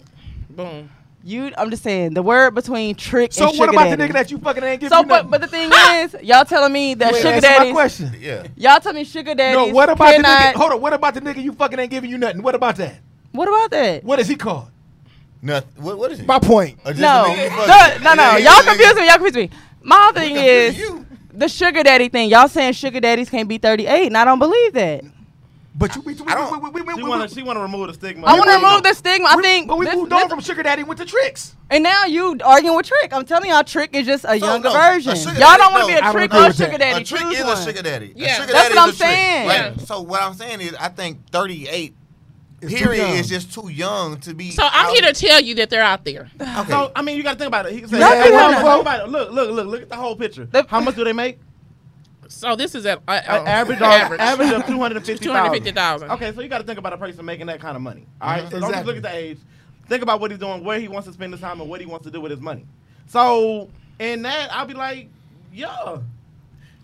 S5: Boom.
S6: You, I'm just saying the word between trick
S7: So
S6: and
S7: what
S6: sugar
S7: about
S6: daddy.
S7: the nigga that you fucking ain't giving
S6: so,
S7: you
S6: but
S7: nothing?
S6: but the thing is, y'all telling me that
S7: Wait,
S6: sugar
S7: answer my
S6: daddies.
S7: question.
S4: Yeah.
S6: Y'all telling me sugar daddies.
S7: No, what about the nigga?
S6: cannot,
S7: Hold on. What about the nigga you fucking ain't giving you nothing? What about that?
S6: What about that?
S7: What is he called?
S4: Nothing. What, what is it?
S7: My point.
S4: Or just a
S6: No,
S4: nigga you fucking-
S6: no, no, no.
S4: Yeah, yeah,
S6: Y'all
S4: yeah.
S6: confusing me. Y'all confusing me. My thing
S4: confusing
S6: is
S4: you.
S6: the sugar daddy thing. Y'all saying sugar daddies can't be 38, and I don't believe that.
S7: But you, we, we,
S4: I don't-
S7: we, we, we,
S2: She
S7: we, we,
S2: want to she want to remove the stigma.
S6: I want to
S7: we-
S6: remove the stigma. I think.
S7: but we
S6: this-
S7: moved
S6: this-
S7: on from sugar daddy went to tricks.
S6: and now you arguing with Trick. I'm telling y'all, Trick is just a younger
S4: no, a
S6: version.
S4: sugar
S6: y'all
S4: daddy-
S6: don't want to
S4: no,
S6: be
S7: I
S6: a
S7: don't
S6: Trick
S7: agree
S6: or
S7: with
S6: Sugar
S7: that.
S6: daddy.
S4: a trick
S6: Choose
S4: is
S6: one.
S4: a sugar daddy. A
S5: Yeah.
S4: sugar
S6: That's
S4: daddy
S6: what
S4: is
S6: I'm
S4: a
S6: saying.
S4: Trick.
S5: Yeah.
S4: So what I'm saying is, I think 38
S7: It's too
S4: period
S7: young.
S4: is just too young to be.
S5: So I'm
S4: out-
S5: here to tell you that they're out there.
S4: Okay.
S2: So I mean, you got to think about it. He can say,
S6: Y'all
S2: "Hey,
S6: think
S2: well,
S6: about it,
S2: well, about it. look, look, look, look at the whole picture.
S6: The-
S2: How much do they make?
S5: So this is at uh,
S2: A- average, average, average of two hundred and fifty
S5: two hundred fifty
S2: thousand.
S5: thousand.
S2: Okay, so you got to think about a person making that kind of money. All right? so don't just
S7: Exactly.
S2: look at the age. Think about what he's doing, where he wants to spend his time, and what he wants to do with his money. So in that, I'll be like, yeah.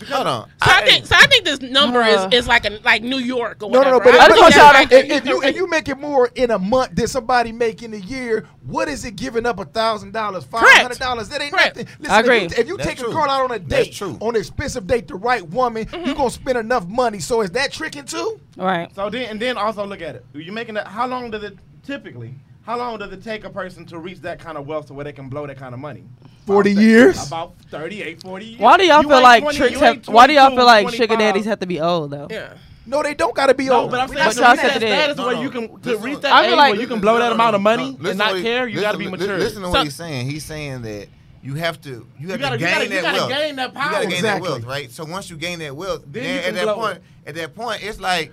S4: Hold on.
S5: So I, think so. I think this number
S6: Uh.
S5: is, is like a like New York or
S7: No,
S5: whatever.
S7: no, no. But,
S5: I
S7: but
S5: think
S6: want
S5: that's
S6: y'all to-
S5: like-
S7: if, if you if you make it more in a month than somebody make in a year, what is it giving up? A thousand dollars, five hundred dollars? That ain't
S5: Correct.
S7: nothing. Listen,
S6: I agree.
S7: If you, if you
S4: That's
S7: take a
S4: true.
S7: girl out on a
S4: That's
S7: date,
S4: true.
S7: on an expensive date, the right woman, you are gonna spend enough money. So is that tricking too?
S6: Right.
S2: So then, and then also look at it. You making that? How long does it typically? How long does it take a person to reach that kind of wealth to where they can blow that kind of money?
S7: Forty years.
S2: About 38, 40 years.
S6: Why do y'all
S2: You
S6: feel
S2: ain't
S6: like
S2: 20,
S6: tricks
S2: you
S6: have?
S2: ain't
S6: Why do y'all
S2: 22,
S6: feel like sugar
S2: 25.
S6: daddies have to be old though?
S5: yeah.
S7: No, they don't gotta be
S2: No,
S7: old.
S2: but I'm saying
S6: But
S2: to
S6: y'all
S2: reach
S6: said
S2: that
S6: it is.
S2: status
S4: No,
S2: where
S4: no.
S2: you can to
S4: Listen,
S2: reach
S4: no.
S2: that
S6: I feel
S2: age
S6: like-
S2: where you can blow that amount of money
S4: Listen
S2: and not
S4: what he-
S2: care. You got to be
S4: listen-
S2: mature.
S4: Listen to
S5: So-
S4: what he's saying. He's saying that you have to you have
S2: gotta-
S4: to
S2: you
S4: gain
S2: gotta- you
S4: that
S2: gotta
S4: wealth.
S2: gain that
S4: You
S2: power.
S4: gotta gain
S7: Exactly.
S4: that wealth, right? So once you gain that wealth,
S2: Then
S4: then,
S2: you can
S4: at that
S2: blow
S4: point,
S2: it.
S4: at that point, it's like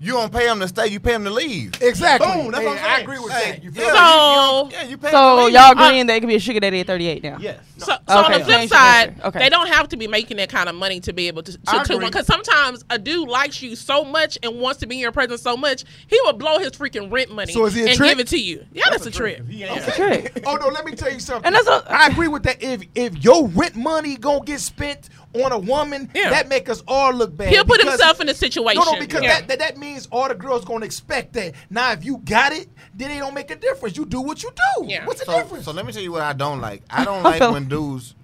S4: you don't pay them to stay. You pay them to leave.
S7: exactly.
S2: Boom, that's what I'm
S7: Hey, I
S2: saying.
S7: agree with
S4: Like,
S7: that. You feel
S4: yeah,
S7: me?
S5: So-
S4: you- you- yeah, you pay them to
S6: So
S4: leave.
S6: y'all agreeing that it could be a sugar daddy at 38 now?
S2: Yes.
S5: So, so on
S6: Okay.
S5: the flip
S6: Change the
S5: side,
S6: answer. Okay.
S5: they don't have to be making that kind of money to be able to
S2: I
S5: to, to
S2: agree.
S5: one. Because sometimes a dude likes you so much and wants to be in your presence so much, he will blow his freaking rent money
S7: So is he a
S5: and
S7: trick?
S5: give it to you. Yeah, that's, a trick.
S2: He ain't-
S6: Trick.
S7: Oh no, let me tell you something.
S6: And that's what-
S7: I agree with that. If if your rent money gonna get spent on a woman,
S5: Yeah.
S7: that make us all look bad.
S5: He'll put
S7: because-
S5: himself in a situation.
S7: No, no, because
S5: Yeah.
S7: that, that that means all the girls gonna expect that. Now, if you got it, then it don't make a difference. You do what you do.
S5: Yeah.
S7: What's the
S4: So,
S7: difference?
S4: so let me tell you what I don't like. I don't
S6: I
S4: like
S6: feel-
S4: when dudes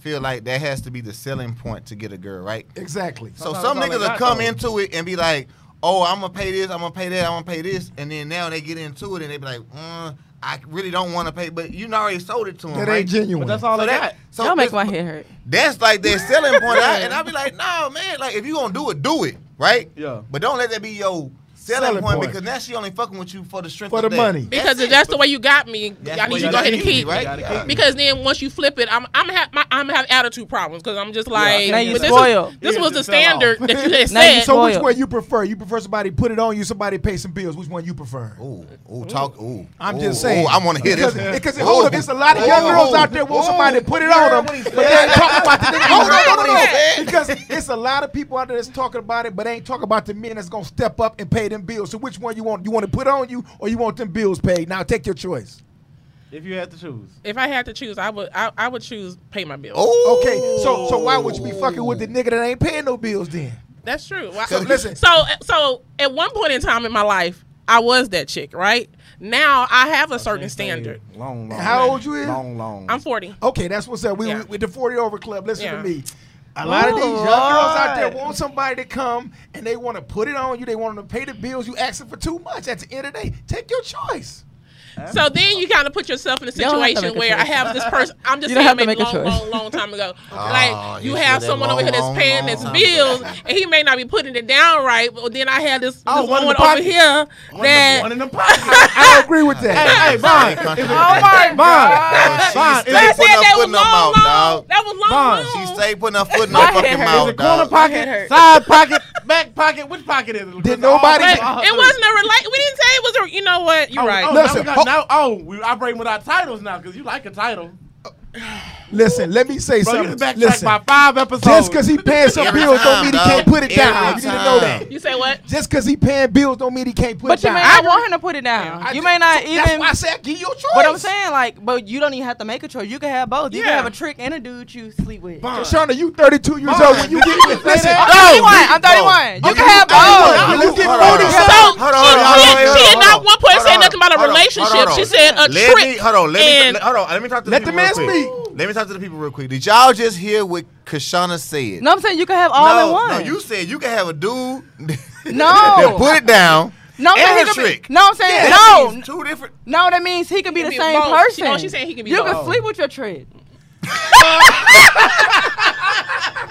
S4: feel like that has to be the selling point to get a girl, right?
S7: exactly.
S4: So
S2: Sometimes
S4: some
S2: that's all
S4: niggas
S2: they got,
S4: will come
S2: though.
S4: into it and be like, "Oh, I'm gonna pay this, I'm gonna pay that, I'm gonna pay this," and then now they get into it and they be like, mm, "I really don't want to pay," but you done already sold it to them.
S7: that
S4: right?
S7: ain't genuine.
S2: But that's all
S4: So
S2: I got.
S4: that, so
S6: Y'all make
S4: this-
S6: my head hurt.
S4: That's like their selling point, I- and I be like, "No, man, like if you gonna do it, do it, right?
S2: Yeah.
S4: But don't let that be your selling,
S7: Selling
S4: point,
S7: point.
S4: because now she only fucking with you for the strength
S7: For
S4: of
S7: the
S4: that.
S7: money.
S5: because
S4: it.
S5: if that's the way you got me,
S4: That's
S5: I
S4: the way
S5: need you
S4: you
S5: to go ahead
S4: got
S5: and
S4: me,
S5: keep.
S4: right?
S2: You gotta
S4: Yeah.
S2: keep me.
S5: Because then once you flip it, I'm I'm have my, I'm have attitude problems because I'm just like
S2: Now
S5: but
S2: you
S5: this,
S6: spoiled.
S5: was, this
S2: Yeah,
S5: was the
S2: just fell off.
S5: standard that you had
S6: Now you
S5: said.
S7: so which
S6: Spoiled.
S7: one you prefer? You prefer somebody put it on you, somebody pay some bills. Which one you prefer?
S4: Ooh, ooh, talk, ooh.
S7: I'm
S4: ooh,
S7: just saying.
S4: Ooh, I want to hear
S7: because,
S4: this. one.
S7: Because hold up,
S4: Ooh.
S7: there's a lot of young
S4: Ooh.
S7: girls out there want somebody to put it on them, but they ain't talking about the niggas.
S4: Hold on,
S7: Hold on,
S4: hold on,
S7: hold on.
S4: man.
S7: Because it's a lot of people out there that's talking about it, but they ain't talking about the men that's gonna step up and pay them bills. So which one you want? You want to put on you, or you want them bills paid? Now take your choice.
S2: If you had to choose.
S5: if I had to choose, I would I, I would choose pay my bills.
S4: Ooh.
S7: Okay, so so why would you be fucking with the nigga that ain't paying no bills then?
S5: That's true. Why-
S7: So listen.
S5: So so at one point in time in my life, I was that chick, right? Now I have a certain standard.
S2: Long, long.
S7: How old you is?
S2: Long, long.
S5: I'm 40.
S7: Okay, that's what's up. We,
S5: Yeah.
S7: we with the forty over club. Listen
S5: Yeah.
S7: to me. A lot of these young
S6: Ooh,
S7: girls out there
S6: Lord.
S7: want somebody to come and they want to put it on you. They want them to pay the bills. You asking for too much. At the end of the day, take your choice.
S5: So then you kind of put yourself in a
S6: You don't have to
S5: situation
S6: make a
S5: where I
S6: choice.
S5: have this person. I'm just
S6: You
S5: saying,
S6: don't have to
S5: maybe
S6: make
S5: long,
S6: a
S5: long,
S6: choice.
S5: long time ago.
S4: Oh,
S5: like you
S4: you
S5: have
S4: said that
S5: someone over
S4: long,
S5: here that's
S4: long,
S5: paying
S4: long
S5: this
S4: time
S5: bills,
S4: ago.
S5: and he may not be putting it down right. But then I had this,
S2: Oh,
S5: this
S2: one
S5: woman
S2: in the
S5: over
S2: pocket.
S5: here
S2: One
S5: that
S2: in the pocket.
S7: I agree with that.
S2: hey, Vaughn.
S4: Sorry, country.
S2: Oh my
S4: She
S2: God.
S4: stay
S2: Vaughn.
S5: I
S2: Is
S5: said
S2: it,
S4: putting her
S5: that
S4: foot
S5: was
S4: in
S5: long,
S4: her mouth,
S5: long.
S4: dog.
S5: That was long,
S2: Vaughn,
S5: long.
S4: She stay putting her foot in her fucking
S2: is
S4: mouth,
S2: it corner
S4: dog.
S2: pocket, side pocket, back pocket? Which pocket is it?
S7: Did nobody-
S5: But
S7: Oh,
S5: it wasn't a relate. We didn't say it was a. You know what? You're
S2: Oh,
S5: right.
S2: Oh, now
S7: Listen,
S2: we
S7: ho-
S2: got, now, oh, we operating without titles now because you like a title.
S7: Listen, let me
S2: Bro,
S7: say
S2: you
S7: something.
S2: just backtracked
S7: Listen,
S2: by five episodes.
S7: just because he paying some
S4: Every
S7: bills don't
S4: time,
S7: mean he
S4: dog.
S7: can't put it
S4: Every
S7: down. You need to know that.
S4: time.
S5: you say what?
S7: Just because he paying bills don't mean he can't put
S6: But
S7: it
S6: you
S7: down.
S6: may not want him to put it down.
S7: I
S6: you
S7: ju-
S6: may not
S7: so That's
S6: even.
S7: why I said give you a choice.
S6: But I'm saying like, but you don't even have to make a choice. You can have both. You can
S5: Yeah.
S6: have a trick and a dude you sleep with.
S2: Vaughn.
S7: Shauna, you 32 years old. When you get listen,
S6: I'm 31. I'm 31. You can have both.
S7: you get
S4: Hold on,
S7: forty
S4: hold
S5: So
S4: on.
S7: something.
S4: Hold on,
S5: she,
S4: hold
S5: she,
S4: on, hold on,
S5: she
S4: hold
S5: did
S4: on,
S5: not
S4: hold on.
S5: one point
S4: Hold
S5: say
S4: on,
S5: nothing about a
S4: hold on,
S5: relationship.
S4: hold on.
S5: She said a
S4: Let
S5: trick.
S4: me hold on. Let me
S5: and
S4: let- hold on. Let me talk to the
S7: Let the
S4: people real
S7: man
S4: quick.
S7: speak.
S4: Let me talk to the people real quick. Did y'all just hear what Kashana said?
S6: No, I'm saying you can have all
S4: no,
S6: in one.
S4: No, you said you can have a dude that
S6: No.
S4: put it down
S6: No, I'm saying
S4: and
S6: he
S4: a
S6: could be-
S4: trick.
S6: no, I'm saying
S4: Yeah, that
S6: no,
S4: means two different.
S6: no. That means he can be
S5: He
S6: the
S5: can be
S6: same
S5: both. She-
S6: person.
S5: no, she's saying he can be
S6: You
S5: both.
S6: can sleep with your trick.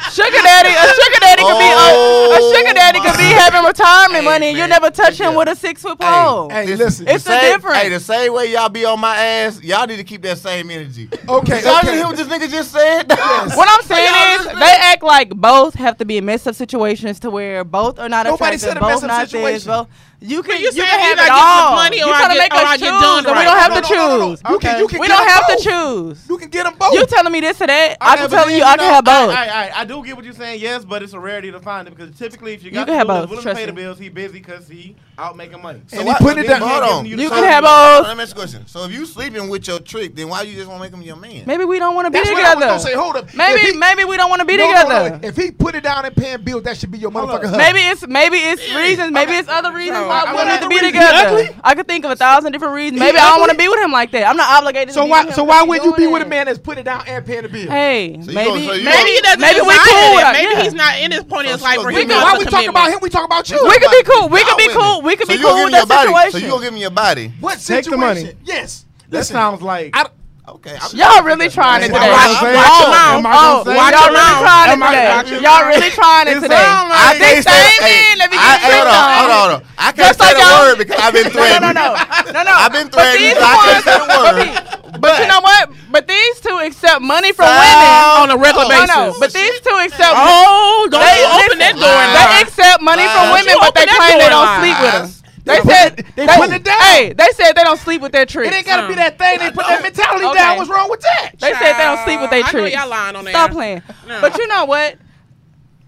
S6: Sugar daddy, a sugar daddy could be a, a
S4: Oh,
S6: sugar daddy could be
S4: my.
S6: having retirement
S4: Hey,
S6: money, and you
S4: man.
S6: never touch him
S4: Yeah.
S6: with a six foot pole.
S7: Hey,
S4: This-
S7: listen.
S6: It's the
S4: Same-
S6: difference.
S4: Hey, the same way y'all be on my ass, y'all need to keep that same energy.
S7: Okay,
S4: Y'all
S7: okay.
S4: hear what this nigga just said?
S6: What I'm saying
S4: Y'all
S6: is,
S4: just
S6: they act like both have to be in messed up situations to where both are not
S7: Nobody
S6: attractive,
S7: said a
S6: both
S7: messed up
S6: not this,
S7: situation.
S6: both. You can,
S5: you
S6: you
S5: saying
S6: can have
S5: either I
S6: it
S5: get some
S6: all.
S5: money or
S6: you
S5: I
S6: trying to
S5: get-
S6: make
S5: or I
S6: us
S5: get
S6: choose,
S5: done
S6: and we
S5: right.
S6: don't have to
S7: No, no, no, no, no.
S6: choose.
S7: You can, you can
S6: We
S7: get
S6: don't
S7: them
S6: have
S7: both.
S6: to choose.
S7: You can get them both.
S6: You telling me this or that?
S2: Okay,
S6: I'm
S2: but
S6: telling
S2: then,
S6: you, I
S2: know,
S6: can have both.
S2: I, I, I, I do get what you're saying, yes, but it's a rarity to find it because typically, if you got
S6: can have
S2: the dude that's
S6: both,
S2: willing to
S6: trust
S2: pay the
S6: me.
S2: bills, he busy because he out making money.
S7: and
S4: why-
S7: he putting it
S4: then
S7: down.
S4: hold on.
S2: You
S6: you
S2: So
S6: can
S2: you-
S6: have
S4: So
S6: both.
S4: Let me ask you a question. So if you sleeping with your trick, then why you just want to make him your man?
S6: Maybe we don't want to be
S7: That's what I was gonna say.
S6: together.
S7: Hold up.
S6: Maybe
S7: If he-
S6: maybe we don't want to be
S7: no, no, no.
S6: together.
S7: If he put it down and paying bills, that should be your
S2: Hold
S7: motherfucking
S2: up.
S7: husband.
S6: Maybe it's maybe it's reasons. Maybe it's other reasons
S5: So,
S6: why
S2: I'm
S6: we need
S2: not
S6: to be
S2: the reason.
S6: together.
S2: Exactly.
S6: I could think of a thousand different reasons. Maybe I don't want to be with him like that. I'm not obligated.
S7: So
S6: to be
S7: why
S6: with him
S7: so
S6: if
S7: why
S6: he
S7: would you
S6: doing
S7: be with a
S6: that.
S7: man that's putting down and paying the bill?
S6: Hey,
S4: So you
S6: maybe
S4: gonna- so you
S5: Maybe he doesn't
S6: maybe we
S5: desire
S6: cool
S5: that.
S6: with our-
S5: Maybe
S6: yeah.
S5: he's not in his point in his
S4: So
S5: life
S4: she
S5: where
S4: gonna
S5: he
S4: give
S5: wants
S4: him-
S7: Why
S5: a
S7: we talk
S5: commitment.
S7: about him? We talk about you.
S6: We could be cool. We
S4: Y'all
S6: could be
S4: women.
S6: cool. We could
S4: So
S6: be
S4: you gonna
S6: cool
S4: give
S6: with
S4: him
S6: that
S4: your body. So
S6: situation.
S4: you gonna give him your body?
S7: What
S2: Take the
S7: situation?
S2: money.
S7: Yes.
S2: That
S7: Listen,
S2: sounds like.
S7: I,
S4: Okay. I'm-
S6: Y'all really trying it
S2: Am
S6: today.
S2: I
S4: gonna say it?
S6: Oh,
S2: Am I gonna
S6: oh,
S2: say
S6: y'all
S2: it?
S6: really trying
S2: Am I-
S6: it
S2: Am
S6: today.
S2: I-
S6: Y'all really trying it
S2: It's
S6: today.
S2: all
S4: I
S6: I think
S4: can't say-
S6: same
S4: hey,
S6: in. Let me
S4: I-
S6: get
S4: hold on,
S6: on.
S4: hold on, hold on. I can't
S6: Just
S4: say
S6: like
S4: the
S6: y'all-
S4: word because I've been
S6: No,
S4: threatened.
S6: no, no, no, no.
S4: I've been
S6: But
S4: threatened,
S6: these
S4: so I can't say
S6: ones,
S4: the word.
S6: but, but you know what? But these two accept money
S4: So-
S6: from women Oh,
S4: On a regular
S6: No, no,
S4: basis.
S6: But these two accept.
S5: Oh, don't you
S6: They
S5: open
S6: listen,
S5: that door.
S4: in
S6: They
S4: line.
S6: accept money
S4: Line.
S6: from
S4: Don't
S6: women,
S5: you
S6: but
S5: open
S6: they
S5: that
S6: claim
S5: door in
S6: they don't
S5: line.
S6: sleep with them.
S4: Lies.
S6: They
S7: put
S6: said
S7: it- they put it down.
S6: Hey, they said they don't sleep with their tricks.
S7: it ain't gotta be that thing. They put that mentality
S6: Okay.
S7: down. What's wrong with that?
S6: They said they don't sleep with their
S5: I know
S6: tricks.
S5: y'all lying on
S6: Stop
S5: air.
S6: playing.
S5: No.
S6: But you know what?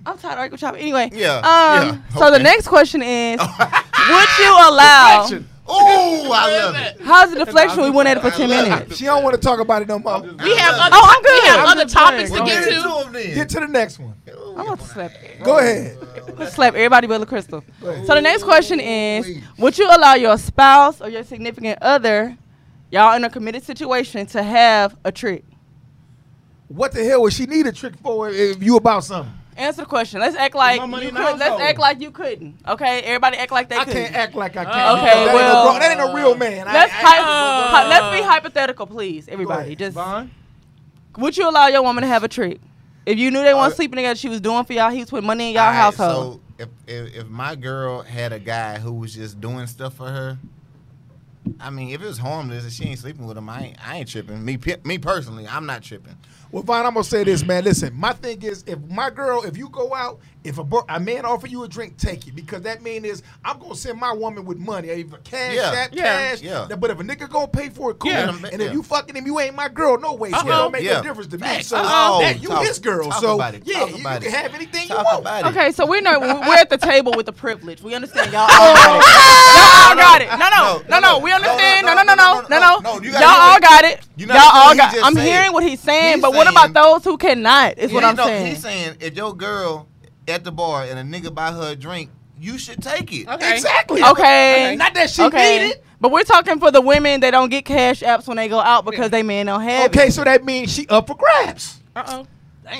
S6: I'm tired of arguing with y'all. Anyway.
S4: Yeah,
S6: Um.
S4: yeah,
S6: So the
S4: okay.
S6: next question is, would you allow?
S4: Ooh, I love it.
S6: How's the deflection? We went at it for ten
S4: I love it.
S6: minutes.
S7: She don't want to talk about it no more.
S5: We have
S4: Oh,
S5: other,
S6: I'm good.
S5: We have
S6: I'm
S5: other
S6: just playing.
S5: topics
S6: Go
S5: to
S4: Well,
S5: get
S4: get
S5: to.
S4: into him then.
S7: Get to the next one.
S6: I'm about to slap. I'm
S7: Go ahead.
S6: gonna slap everybody but Crystal. So the next question is, would you allow your spouse or your significant other, y'all in a committed situation, to have a trick?
S7: What the hell would she need a trick for if you about something?
S6: Answer the question. Let's act like
S2: my money
S6: you
S2: in the
S6: could, let's
S2: household.
S6: act like you couldn't. Okay, everybody act like they
S7: I
S6: could.
S7: can't act like I can't.
S6: okay,
S7: that ain't no
S6: well-
S7: bro- that ain't a real man. I-
S6: Let's
S7: I-
S6: hy-
S5: I-
S6: hy- let's be hypothetical, please, everybody.
S7: ahead.
S6: Just
S2: Vaughn?
S6: would you allow your woman to have a trick? If you knew they weren't sleeping together, she was doing for y'all. He was putting money in y'all all
S4: Alright,
S6: household.
S4: So if, if if my girl had a guy who was just doing stuff for her, I mean, if it was harmless and she ain't sleeping with him, I ain't, I ain't tripping. Me pe- me personally, I'm not tripping.
S7: Well, Vaughn, I'm gonna say this, man. Listen, my thing is, if my girl, if you go out, if a, bro- a man offer you a drink, take it because that mean is I'm gonna send my woman with money, either cash,
S4: Yeah.
S7: app,
S5: Yeah.
S7: cash.
S4: Yeah.
S7: But if a nigga gonna pay for it, cool.
S5: Yeah.
S7: And if
S4: Yeah. Uh-huh.
S7: you fucking him, you ain't my girl, no way. So it
S5: Uh-uh.
S7: don't make
S4: Yeah.
S7: no difference to me.
S4: Facts.
S7: So
S4: Uh-uh.
S7: that, you
S4: Talk-
S7: his girl.
S4: talk
S7: So
S4: about it.
S7: yeah,
S4: Talk
S7: you, you
S4: about
S7: can
S4: it.
S7: have anything you
S4: Talk
S7: want.
S4: about it.
S6: Okay, so we know we're at the table with the privilege. We understand y'all. all got it. Y'all all got it. No, no, no, no. We understand. No, no, no, no, no, no.
S4: no, you gotta
S6: Y'all
S4: hear
S6: all
S4: what-
S6: got it.
S4: You
S6: Y'all
S4: know, that's what
S6: all
S4: he
S6: got.
S4: just
S6: I'm
S4: said.
S6: hearing what he's saying,
S4: He's
S6: but what about
S4: saying-
S6: those who cannot? Is what
S4: He
S6: I'm
S4: know-
S6: saying.
S4: He's saying if your girl at the bar and a nigga buy her a drink, you should take it.
S5: Okay.
S7: Exactly.
S6: Okay.
S7: Not that she
S6: okay.
S7: need it.
S6: But we're talking for the women that don't get cash apps when they go out because they men don't have
S7: Okay,
S6: it.
S7: so that means she up for grabs.
S5: Uh oh.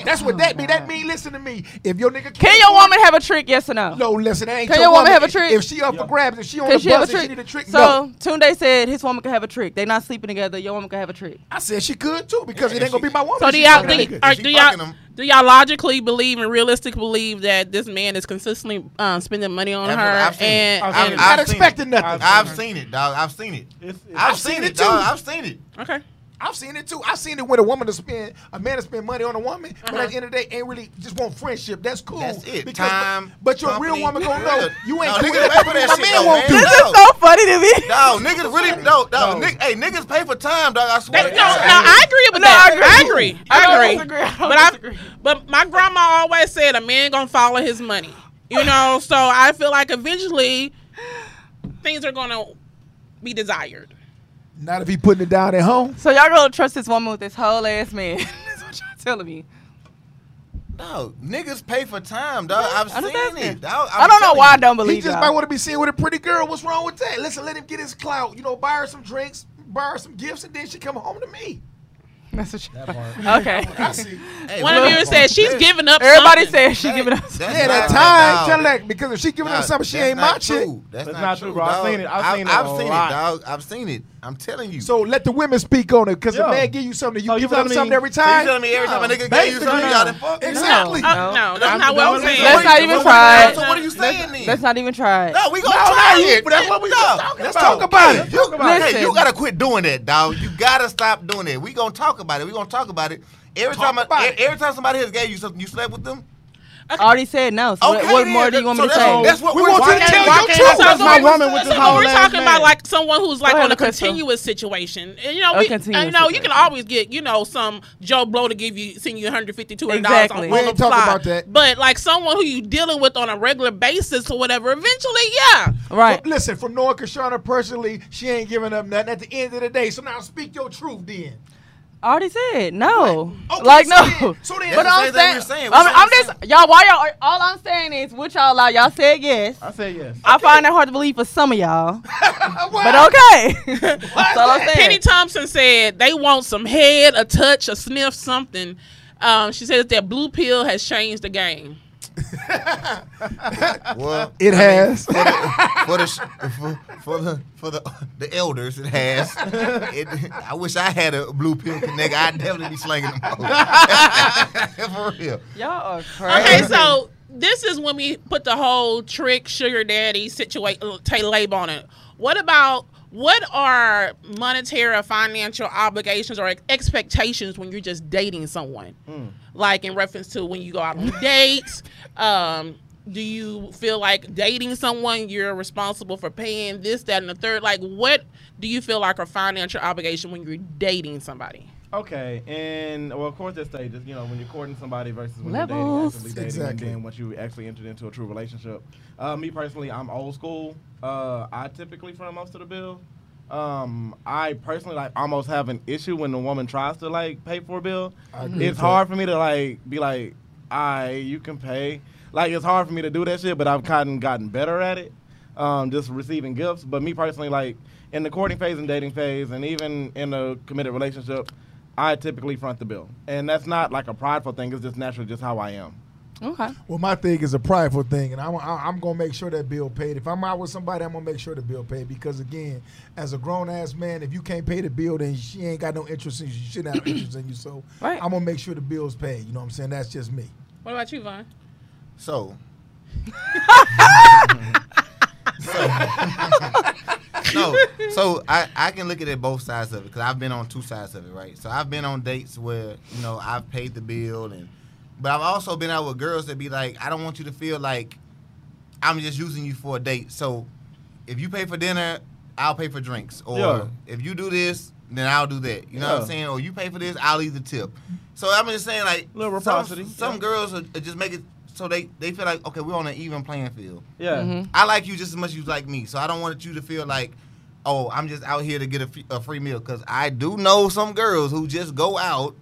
S7: That's what that mean. That mean, listen to me. If your nigga
S6: Can your woman have a trick? Yes or no?
S7: No, listen, that ain't
S6: Can
S7: your,
S6: your woman have a trick?
S7: If she up for
S2: Yeah.
S7: grabs, if she on
S6: Can
S7: the
S6: she have a
S7: bus and she
S6: trick?
S7: need a trick, no.
S6: so Tunde said his woman could have a trick. They not sleeping together. Your woman could have a trick.
S7: I said she could too because
S4: Yeah,
S7: it ain't gonna
S4: she-
S7: be my woman.
S5: So
S7: if
S5: do
S7: she
S5: y'all
S7: fucking
S5: think,
S7: that
S5: or
S4: If
S5: do
S4: she
S5: y'all
S4: fucking him.
S5: do y'all logically believe and realistically believe that this man is consistently um, spending money on
S4: That's what I've
S5: her?
S4: seen.
S5: And,
S2: I've
S7: nigga.
S2: seen
S5: and
S2: it.
S7: Not
S4: I've seen
S7: expecting
S4: it.
S7: nothing.
S4: I've seen it, dog. I've seen it.
S2: It's, it's,
S4: I've seen it, dog. I've seen it.
S5: okay.
S7: I've seen it too. I've seen it when a woman to spend a man to spend money on a woman,
S6: Uh-huh.
S7: but at the end of the day, ain't really just want friendship. That's cool.
S4: That's it.
S7: Because,
S4: Time,
S7: But your
S4: company.
S7: real woman gonna know you ain't
S4: No,
S7: doing
S4: niggas
S7: that
S4: pay for
S7: for me.
S4: that
S7: My
S4: shit,
S7: man
S4: though,
S7: won't
S4: man.
S7: do.
S4: This is
S6: so funny to me.
S4: No, niggas really no, no. Nigg- hey, niggas pay for time, dog. I swear.
S5: That,
S4: to
S5: no, no,
S4: God.
S5: I agree with
S6: No, I
S5: that. I
S6: agree.
S5: agree.
S6: I don't
S5: I agree.
S6: disagree. I don't
S5: but I,
S6: disagree.
S5: but my grandma always said a man gonna follow his money. You know, so I feel like eventually things are gonna be desired.
S7: Not if he putting it down at home.
S6: So y'all gonna trust this woman with this whole ass man? That's what y'all telling me.
S4: No, niggas pay for time, dog. I've
S6: I'm just
S4: seen
S6: asking.
S4: it. Dog.
S6: I don't know why I don't believe
S7: He just
S6: y'all.
S7: might want to be seen with a pretty girl. What's wrong with that? Listen, let him get his clout. You know, buy her some drinks, buy her some gifts, and then she come home to me.
S6: That's what y'all. Okay.
S7: I see.
S5: One of you said she's giving up.
S6: Everybody
S5: something.
S6: says she giving up.
S7: Yeah, that time. Tell her that because if she giving him something, she ain't my chick.
S4: That's
S2: That's
S4: not
S2: not
S4: true,
S2: true, bro. I've
S4: dog.
S2: seen it. I've seen it
S4: I've
S2: a
S4: seen it,
S2: lot.
S4: dog. I've seen it. I'm telling you.
S7: So let the women speak on it, because
S2: Yeah.
S7: a man give you something, you
S2: So you
S7: give up
S2: telling me-
S7: something every
S4: So Oh, you
S7: time.
S4: telling me every time a
S7: No.
S4: nigga gave you something, you
S7: Basically,
S4: got to fuck?
S7: Exactly.
S5: Uh, no, that's not what I'm saying.
S6: Let's not even try.
S4: So what are you saying then?
S6: Let's not even try. it.
S4: No, we gonna
S7: No,
S4: try
S7: not
S4: it.
S7: yet, but that's what we
S4: no,
S7: just talking
S4: let's
S7: about.
S4: talk about it.
S7: Let's
S4: You,
S7: talk about
S6: it.
S4: hey, you gotta quit doing that, dog. You gotta stop doing it. We gonna talk about it. We gonna talk about it. Every time, I-
S7: about
S4: e-
S7: it.
S4: every time somebody has gave you something, you slept with them.
S6: I already said no. So what,
S4: Okay,
S6: what
S4: then.
S6: more do you want
S4: so
S6: me to
S4: that's-
S6: say?
S4: That's what
S7: We
S4: we're
S7: want you to
S4: talking
S7: tell
S4: about.
S7: your truth.
S5: So
S7: That's
S5: the
S7: my
S5: way-
S7: woman with
S5: so
S7: this
S5: when
S7: whole
S5: we're
S7: ass
S5: talking about
S7: man.
S5: like someone who's like
S6: ahead,
S5: on a
S6: Crystal.
S5: continuous situation. And, you know,
S6: A
S5: we,
S6: continuous
S5: you know, you can
S6: situation.
S5: always get you know some Joe Blow to give you send you 150 dollars
S6: Exactly.
S5: on,
S6: We
S5: on the
S7: ain't talking
S5: fly.
S7: about that.
S5: But like someone who you dealing with on a regular basis or whatever, eventually, yeah.
S6: right.
S7: From- listen, from knowing Kashana personally, she ain't giving up nothing. At the end of the day, so now speak your truth. Then
S6: I already said no.
S7: Okay,
S6: like
S7: so
S6: no.
S7: then- so then-
S6: but
S4: That's the
S6: I'm
S4: same thing we
S6: saying,
S4: were saying. We
S6: I'm,
S4: said
S6: I'm
S4: the
S6: just y'all. Why y'all? are- All I'm saying is, what y'all allow? Y'all said yes.
S2: I said yes.
S6: I find that hard to believe for some of y'all. but okay. That's all I'm
S5: Penny
S6: saying.
S5: Thompson said they want some head, a touch, a sniff, something. Um, she says that blue pill has changed the game.
S4: Well,
S7: it has.
S4: for the for, for the for the the elders, it has. It, I wish I had a blue pill nigga. I'd definitely be slinging them. hoes. for real.
S6: Y'all are crazy.
S5: Okay, so this is when we put the whole trick sugar daddy situation take label on it. What about what are monetary or financial obligations or ex- expectations when you're just dating someone? Like in reference to when you go out on dates, um, do you feel like dating someone you're responsible for paying this, that, and the third? Like, what do you feel like are financial obligation when you're dating somebody?
S2: Okay, and well, of course, that stages. You know, when you're courting somebody versus when
S6: Levels.
S2: you're dating, actually dating,
S7: Exactly.
S2: and then once you actually entered into a true relationship. Uh, me personally, I'm old school. Uh, I typically front most of the bill. Um, I personally like almost have an issue when the woman tries to like pay for a bill.
S7: I agree
S2: It's
S7: with that.
S2: hard for me to like be like, I you can pay. Like it's hard for me to do that shit, but I've kind of gotten better at it. Um, just receiving gifts. But me personally, like in the courting phase and dating phase, and even in a committed relationship, I typically front the bill, and that's not like a prideful thing. It's just naturally just how I am.
S6: Okay.
S7: Well, my thing is a prideful thing, and I'm, I- I'm gonna make sure that bill paid. If I'm out with somebody, I'm gonna make sure the bill paid because again, as a grown ass man, if you can't pay the bill, then she ain't got no interest in you. She shouldn't have interest in you. So
S6: Right.
S7: I'm gonna make sure the bill's paid. You know what I'm saying? That's just me.
S5: What about you, Vaughn?
S4: So. so, no, so I, I can look at it both sides of it because I've been on two sides of it, right? So I've been on dates where you know I've paid the bill, and but I've also been out with girls that be like, I don't want you to feel like I'm just using you for a date. So if you pay for dinner, I'll pay for drinks, or
S2: Yeah.
S4: if you do this, then I'll do that. You know what
S2: Yeah.
S4: I'm saying? Or you pay for this, I'll leave the tip. So I'm just saying like
S2: Little
S4: some,
S2: reciprocity,
S4: some
S2: yeah.
S4: girls are, are just make it so they, they feel like okay we're on an even playing field.
S2: Yeah.
S4: I like you just as much as you like me, so I don't want you to feel like oh I'm just out here to get a, f- a free meal because I do know some girls who just go out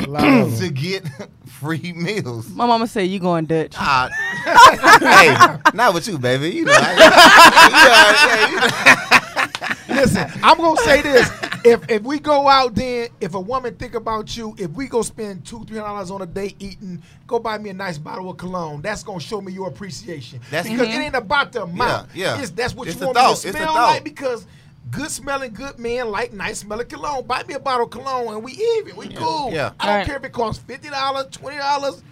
S7: A lot of them.
S4: to get free meals.
S6: My mama said you going Dutch.
S4: Ah, hey, not with you, baby. You know, I, you know, yeah, you know.
S7: Listen, I'm gonna say this: if if we go out, then if a woman think about you, if we go spend two, three hundred dollars on a date eating, go buy me a nice bottle of cologne. That's gonna show me your appreciation.
S4: That's-
S7: because it ain't about the amount.
S4: yeah.
S7: It's, that's what
S4: It's the
S7: you want
S4: thought,
S7: me
S4: it's
S7: to
S4: the
S7: smell
S4: thought.
S7: like because. Good smelling, good men like nice smelling cologne. Buy me a bottle of cologne and we even. We cool.
S4: yeah.
S7: I don't
S6: Right.
S7: care if it costs fifty dollars, twenty dollars.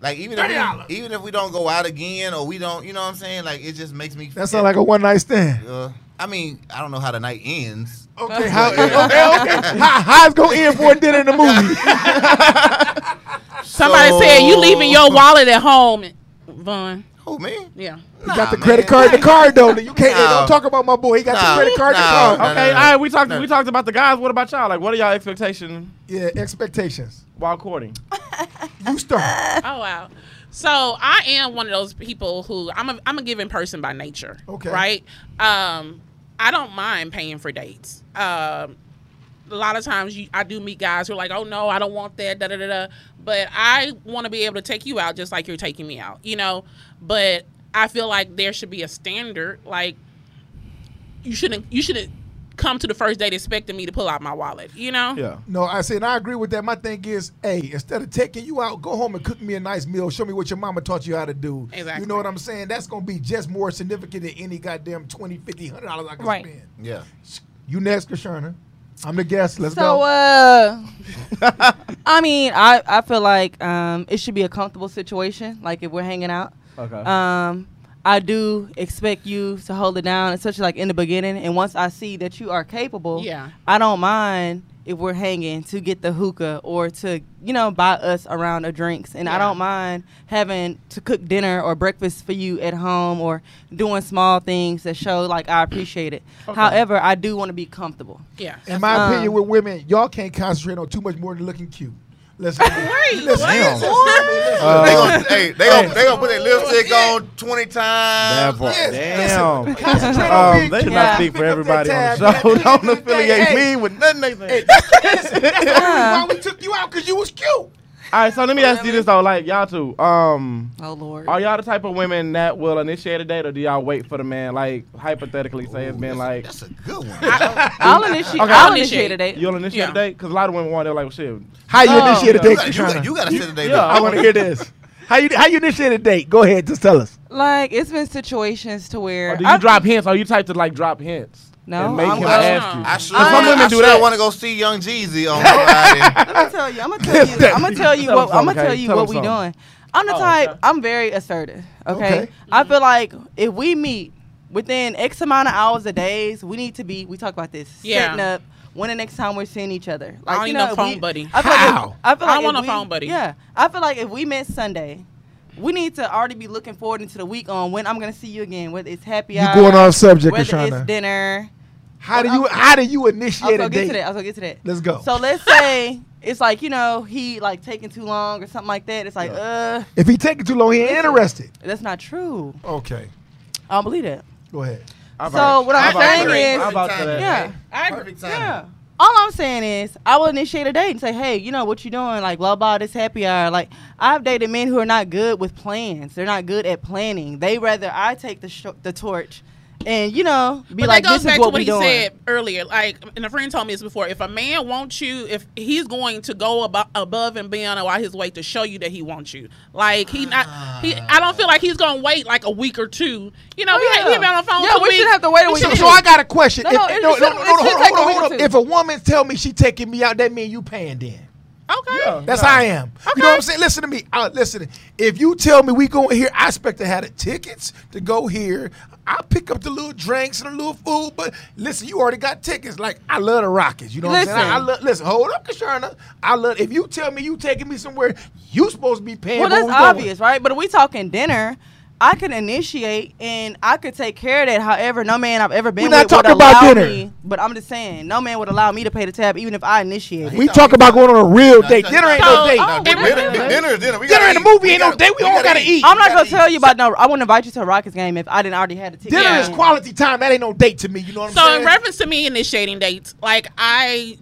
S4: Like even if
S7: $30.
S4: we, even if we don't go out again or we don't, you know what I'm saying? Like it just makes me.
S7: That sound like a one night stand.
S4: Uh, I mean, I don't know how the night ends.
S7: Okay, how, okay, okay. How, how's it gonna end for a dinner in the movie?
S5: Somebody
S4: So-
S5: said you leaving your wallet at home, Vaughn.
S4: Who me?
S5: Yeah.
S4: You
S7: got the credit card, the card though. You can't
S4: No.
S7: don't talk about my boy. He got
S4: No,
S7: the credit card,
S4: no,
S7: the card.
S4: no.
S2: Okay, all right. We talked.
S4: no.
S2: We talked about the guys. What about y'all? Like, what are y'all expectations
S7: Yeah, expectations.
S2: while courting?
S7: You start.
S5: Oh wow. So I am one of those people who I'm a I'm a giving person by nature.
S7: Okay.
S5: Right. Um, I don't mind paying for dates. Um, a lot of times you, I do meet guys who are like, oh no, I don't want that, da da da da. But I want to be able to take you out just like you're taking me out, you know. But I feel like there should be a standard. Like you shouldn't you shouldn't come to the first date expecting me to pull out my wallet, you know.
S2: Yeah.
S7: No, I said, and I agree with that. My thing is, hey, instead of taking you out, go home and cook me a nice meal. Show me what your mama taught you how to do.
S5: Exactly.
S7: You know what I'm saying? That's gonna be just more significant than any goddamn twenty, fifty, hundred dollars I can
S6: Right.
S7: spend.
S4: Yeah.
S7: You next, Kashana. I'm the guest. Let's
S6: so,
S7: go.
S6: uh, I mean, I, I feel like um, it should be a comfortable situation. Like if we're hanging out,
S2: Okay.
S6: um, I do expect you to hold it down, especially like in the beginning. And once I see that you are capable,
S3: Yeah.
S6: I don't mind if we're hanging to get the hookah or to you know buy us a round of drinks, and I
S3: Yeah.
S6: don't mind having to cook dinner or breakfast for you at home or doing small things that show like I appreciate it. However, I do want to be comfortable.
S5: Yeah.
S7: in my
S6: um,
S7: opinion, with women, y'all can't concentrate on too much more than looking cute. Let's go.
S5: Wait,
S7: Listen,
S5: what?
S7: listen,
S4: they gonna, hey, they gonna, they gonna put their lipstick on twenty times.
S2: Damn.
S7: Concentrate on
S2: Um,
S7: being
S2: they
S7: cute.
S2: should
S6: Yeah.
S2: not speak for
S7: Pick up
S2: everybody on
S7: that
S2: the
S7: tab.
S2: show. Don't
S7: Hey,
S2: affiliate
S7: hey.
S2: me with nothing they say.
S7: Why we took you out? Because you was cute.
S2: All right, so let me ask you this though, like y'all two, um,
S6: Oh Lord.
S2: are y'all the type of women that will initiate a date, or do y'all wait for the man? Like hypothetically, say it's been like
S4: That's a good one.
S6: I'll initiate.
S2: Okay.
S6: I'll
S5: I'll
S6: initiate a
S5: initiate.
S6: date.
S2: you'll initiate
S5: Yeah.
S2: a date because a lot of women want. They're like, well, shit,
S9: How you
S6: Oh.
S9: initiate a date,
S4: you, gotta, you, gotta,
S9: Katrina?
S4: you gotta sit today.
S2: Yeah,
S9: I want to hear this. How you how you initiate a date? Go ahead, just tell us.
S6: Like it's been situations to where
S2: or do you
S6: I've-
S2: drop hints? Are you type to like drop hints
S6: No,
S2: and make
S6: I'm-
S2: him
S4: I,
S2: ask you?
S4: I should,
S6: I-
S4: some women
S2: I
S4: do
S2: should-
S4: that. want to go see Young Jeezy on Friday.
S6: Let me tell you. I'm gonna tell you. I'm gonna tell you
S2: Tell
S6: what.
S2: him
S6: I'm gonna
S2: something,
S6: tell
S2: Katie.
S6: you
S2: Tell
S6: what
S2: him
S6: we
S2: something.
S6: doing. I'm the
S2: Oh,
S6: type.
S2: okay.
S6: I'm very assertive. Okay?
S7: Okay.
S6: I feel like if we meet within X amount of hours or days, we need to be. We talk about this.
S5: Yeah.
S6: Setting up. When the next time we're seeing each other, like
S5: don't
S6: you
S5: need
S6: know,
S5: no
S6: if
S5: phone
S6: we-
S5: buddy.
S6: I feel like if-
S9: How?
S6: I, feel
S5: I
S6: like
S5: don't want
S6: if
S5: no
S6: we-
S5: phone buddy.
S6: Yeah, I feel like if we met Sunday, we need to already be looking forward into the week on when I'm gonna see you again. Whether it's happy
S7: You
S6: hour,
S7: going off subject,
S6: whether it's
S7: Kashana.
S6: dinner.
S7: How do you how do you
S6: I was
S7: initiate a
S6: gonna get to that.
S7: date?
S6: I was gonna get to that.
S7: Let's
S4: Oh.
S7: go.
S6: So let's say it's like you know he like taking too long or something like that. It's like uh,
S7: If he taking too long, he ain't interested.
S6: that's not true.
S7: Okay,
S6: I don't believe that.
S7: go ahead.
S2: I've
S6: so
S2: already-
S6: what I'm
S2: I've already-
S6: saying
S2: I've
S6: is-
S2: already said that.
S6: Yeah,
S5: I agree.
S4: Perfect timing.
S6: yeah. All I'm saying is I will initiate a date and say, hey, you know what you doing? Like blah blah. This happy hour. Like I've dated men who are not good with plans. They're not good at planning. They rather I take the sh- the torch, and you know be
S5: But
S6: like
S5: that goes
S6: this
S5: back
S6: is what
S5: to what
S6: we
S5: he
S6: doing.
S5: said earlier. Like, and a friend told me this before. If a man wants you, if he's going to go abo- above and beyond or out his way to show you that he wants you, like he not, he. I don't feel like he's gonna wait like a week or two. You know,
S6: Oh,
S5: he ain't- he
S6: yeah.
S5: been on the phone.
S6: Yeah,
S5: for
S6: we
S5: weeks.
S6: should have to wait a week
S5: should
S7: So,
S6: or
S5: be-
S7: so I got a question.
S6: No,
S7: if,
S6: no, it-
S7: no,
S6: it
S7: no,
S6: should-
S7: no,
S6: it
S7: no,
S6: should
S7: hold
S6: take
S7: on,
S6: a
S7: hold on,
S6: week or
S7: hold on.
S6: two.
S7: If a woman tell me she taking me out, that mean you paying then.
S5: Okay.
S2: Oh,
S7: That's how I am. You know what I'm saying? Listen to me. Uh, listen, if you tell me we going here, I expect to have the tickets to go here. I pick up the little drinks and the little food, but listen, you already got tickets. Like I love the Rockets. You know what I'm saying? I, I
S6: Listen.
S7: love. Listen, hold up, Kashana. I love. If you tell me you taking me somewhere, you supposed to be paying.
S6: Well,
S7: where
S6: that's
S7: we going.
S6: obvious, right? But if we talking dinner, I could initiate and I could take care of that. However, no man I've ever been
S7: We're
S6: with
S7: not
S6: would
S7: talking about
S6: allow
S7: dinner.
S6: me. But I'm just saying, no man would allow me to pay the tab, even if I initiated.
S7: We talk about going on a real
S4: No,
S7: date.
S4: no,
S7: Dinner ain't
S4: no,
S7: no
S5: no,
S7: date.
S5: no,
S4: Dinner,
S5: Dinner-
S4: dinner, dinner, is dinner. We
S7: Dinner
S4: gotta
S7: in the
S4: eat.
S7: movie
S4: We
S7: ain't no
S4: gotta-
S7: date. We all gotta eat.
S6: I'm not
S4: We
S6: gonna tell you
S4: eat.
S6: about no. I wouldn't invite you to a Rockets game if I didn't already have the ticket.
S7: Dinner
S5: Yeah.
S7: is quality time. That ain't no date to me. You know what I'm
S5: So
S7: saying?
S5: in reference to me initiating dates, like I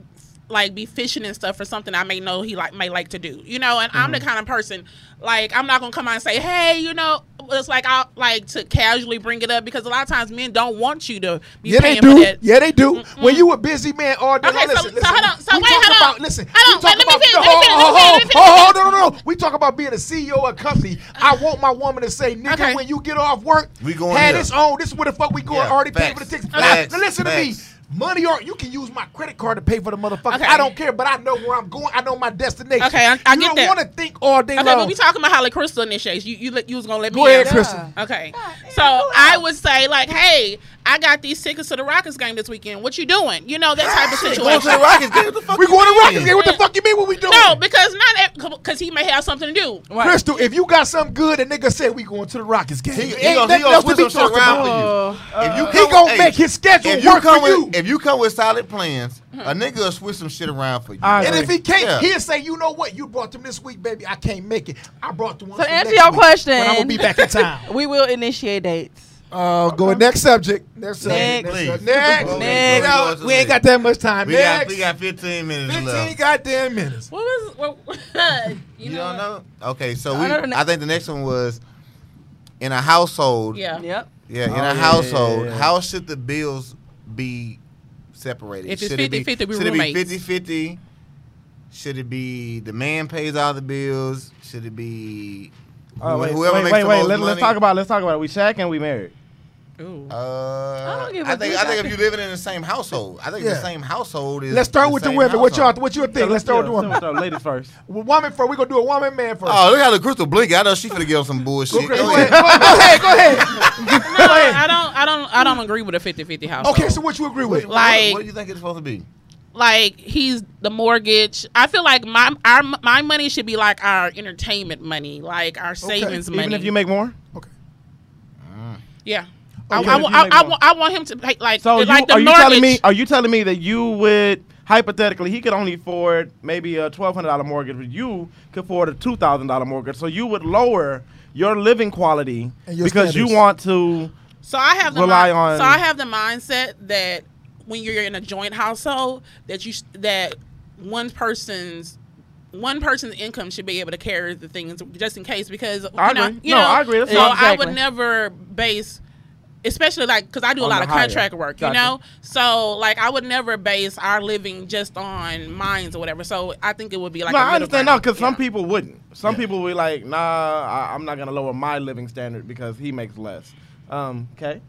S5: like be fishing and stuff for something I may know he like may like to do, you know. And I'm the
S7: Mm-hmm.
S5: kind of person like I'm not gonna come out and say, hey, you know, it's like I like to casually bring it up because a lot of times men don't want you to be
S7: Yeah, they
S5: paying
S7: do.
S5: for that.
S7: Yeah, they do. When you a busy man all day,
S5: Okay,
S7: long,
S5: so-
S7: listen,
S5: so
S7: listen.
S5: hold on. So
S7: we
S5: wait,
S7: talk
S5: hold
S7: about,
S5: on.
S7: Listen,
S5: Hold
S7: we
S5: on.
S7: talk
S5: Wait, let me
S7: about,
S5: finish,
S7: no,
S5: let me finish,
S7: hold, hold,
S5: let me
S7: hold,
S5: finish, let me
S7: hold, no, no, no. We talk about being a CEO of company. I want my woman to say, nigga,
S5: Okay.
S7: when you get off work,
S4: We going
S7: had
S4: here.
S7: this on. This is where the fuck we going.
S4: Yeah,
S7: already paid for
S4: facts,
S7: the tickets.
S4: facts,
S7: Now, listen to me.
S4: facts.
S7: Money or you can use my credit card to pay for the motherfucker.
S5: Okay.
S7: I don't care, but I know where I'm going. I know my destination.
S5: Okay, I- I
S7: you
S5: get
S7: don't
S5: that.
S7: want to think all day
S5: Okay,
S7: long.
S5: but we talking about how like Crystal initiates. You you let- you was gonna let
S7: Go
S5: me
S7: ahead,
S5: in.
S7: Crystal.
S5: Okay. So I would say like, hey, I got these tickets to the Rockets game this weekend. What you doing? You know that type of
S4: Going to the
S5: situation.
S4: Rockets game. What the fuck?
S7: we
S4: you
S7: going to
S4: mean?
S7: Rockets game. What the fuck you mean? What we doing?
S5: No, because not because he may have something to do.
S7: Crystal, if you got something good, a nigga said we going to the Rockets game.
S4: He, he,
S7: Ain't
S4: gonna, he
S7: nothing
S4: gonna
S7: else to
S4: switch
S7: be
S4: some shit
S7: talking
S4: around
S7: about. Uh,
S4: for you. If you
S7: He
S4: come-
S7: gonna
S4: hey,
S7: make his schedule
S4: if you
S7: work for
S4: come
S7: you. Mm-hmm.
S4: with, If you come with solid plans, a nigga will switch some shit around for you.
S2: I
S7: and
S2: agree.
S7: if he can't,
S4: Yeah.
S7: he'll say, "You know what? You brought them this week, baby. I can't make it. I brought the one."
S6: So
S7: for
S6: answer
S7: next
S6: your
S7: week, When I'm gonna
S6: question.
S7: be back in town.
S6: We will initiate dates.
S7: uh, go with next subject. Next
S6: Next.
S7: subject. Next.
S4: Please.
S7: Next.
S6: Next.
S7: No, we ain't got that much time.
S4: we
S7: next.
S4: got we got 15 minutes
S7: Fifteen
S4: left.
S7: goddamn minutes.
S5: What was what, you,
S4: You
S5: know?
S4: don't
S5: what?
S4: know? Okay, so
S6: I
S4: we.
S6: don't know.
S4: I think the next one was in a household.
S5: Yeah.
S6: Yep.
S4: Yeah, in
S2: Oh,
S4: a
S2: yeah, yeah,
S4: household,
S2: yeah, yeah.
S4: how should the bills be separated?
S5: If it's
S4: should it be-
S5: 50-50, we
S4: should
S5: roommates.
S4: it be 50-50? Should it be the man pays all the bills? Should it be
S2: Oh,
S4: wh-
S2: wait,
S4: whoever
S2: Oh, wait,
S4: makes
S2: wait,
S4: the
S2: wait.
S4: most
S2: Let,
S4: money?
S2: us talk about. Let's talk about it. We shack and we married.
S5: Ooh.
S4: Uh, I,
S6: don't give a
S4: think
S6: dick.
S4: I think if you're living in the same household, I think
S7: Yeah.
S4: the same household is.
S7: Let's start with the
S4: same
S7: women. What y'all?
S4: household.
S7: What you think? Let's start with the women.
S2: So, ladies first.
S7: Well, Woman first. We gonna do a woman, man first.
S4: Oh, look how the crystal blinking. I know she finna give him some bullshit.
S7: Okay,
S4: Go
S7: go,
S4: ahead.
S7: ahead. go ahead. Go ahead.
S5: No, I don't. I don't. I don't agree with a 50-50 household.
S7: Okay, so what you agree with?
S4: What-
S5: Like-
S4: what do you think it's supposed to be?
S5: like he's the mortgage. I feel like my our my money should be like our entertainment money, like our savings money.
S2: Even if you make more.
S7: Okay.
S5: yeah.
S2: Okay.
S5: I, I,
S2: If you
S5: I,
S2: make
S5: I,
S2: more.
S5: want- I want him to pay, like
S2: So you,
S5: like the
S2: are you
S5: mortgage.
S2: telling me? Are you telling me that you would hypothetically he could only afford maybe a twelve hundred dollar mortgage, but you could afford a two thousand dollar mortgage? So you would lower your living quality
S7: And your
S2: because
S7: standards.
S2: you want to.
S5: So I have the
S2: rely
S5: mind-
S2: on-
S5: So I have the mindset that when you're in a joint household, that you s- that one person's one person's income should be able to carry the things just in case because
S2: I
S5: you know,
S2: agree.
S5: you
S2: No,
S5: know,
S2: I agree. That's
S5: so
S2: not-
S5: I
S6: Exactly.
S5: would never base. Especially like, cause I do a
S2: On
S5: lot
S2: the
S5: of
S2: higher.
S5: contract work,
S2: Gotcha.
S5: you know. So like, I would never base our living just on mines or whatever. So I think it would be like.
S2: no,
S5: a
S2: I
S5: middle
S2: understand now
S5: ground.
S2: because some
S5: Yeah.
S2: people wouldn't. Some people would be like, nah, I, I'm not gonna lower my living standard because he makes less. Um, okay.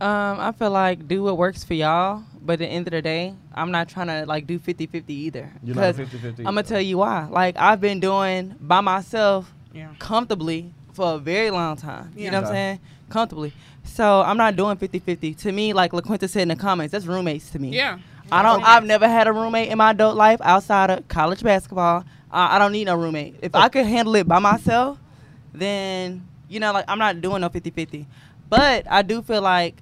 S6: Um, I feel like do what works for y'all, but at the end of the day, I'm not trying to like do 50-50 either.
S2: You're not a 50-50
S6: I'm gonna
S2: either.
S6: tell you why. Like I've been doing by myself
S5: Yeah.
S6: comfortably for a very long time. You
S5: Yeah.
S6: know what I'm
S2: Okay.
S6: saying? Comfortably. So I'm not doing 50-50. To me, like LaQuinta said in the comments, that's roommates to me.
S5: Yeah.
S6: I don't. I've never had a roommate in my adult life outside of college basketball. Uh, I don't need no roommate. If I could handle it by myself, then you know, like I'm not doing no 50-50. But I do feel like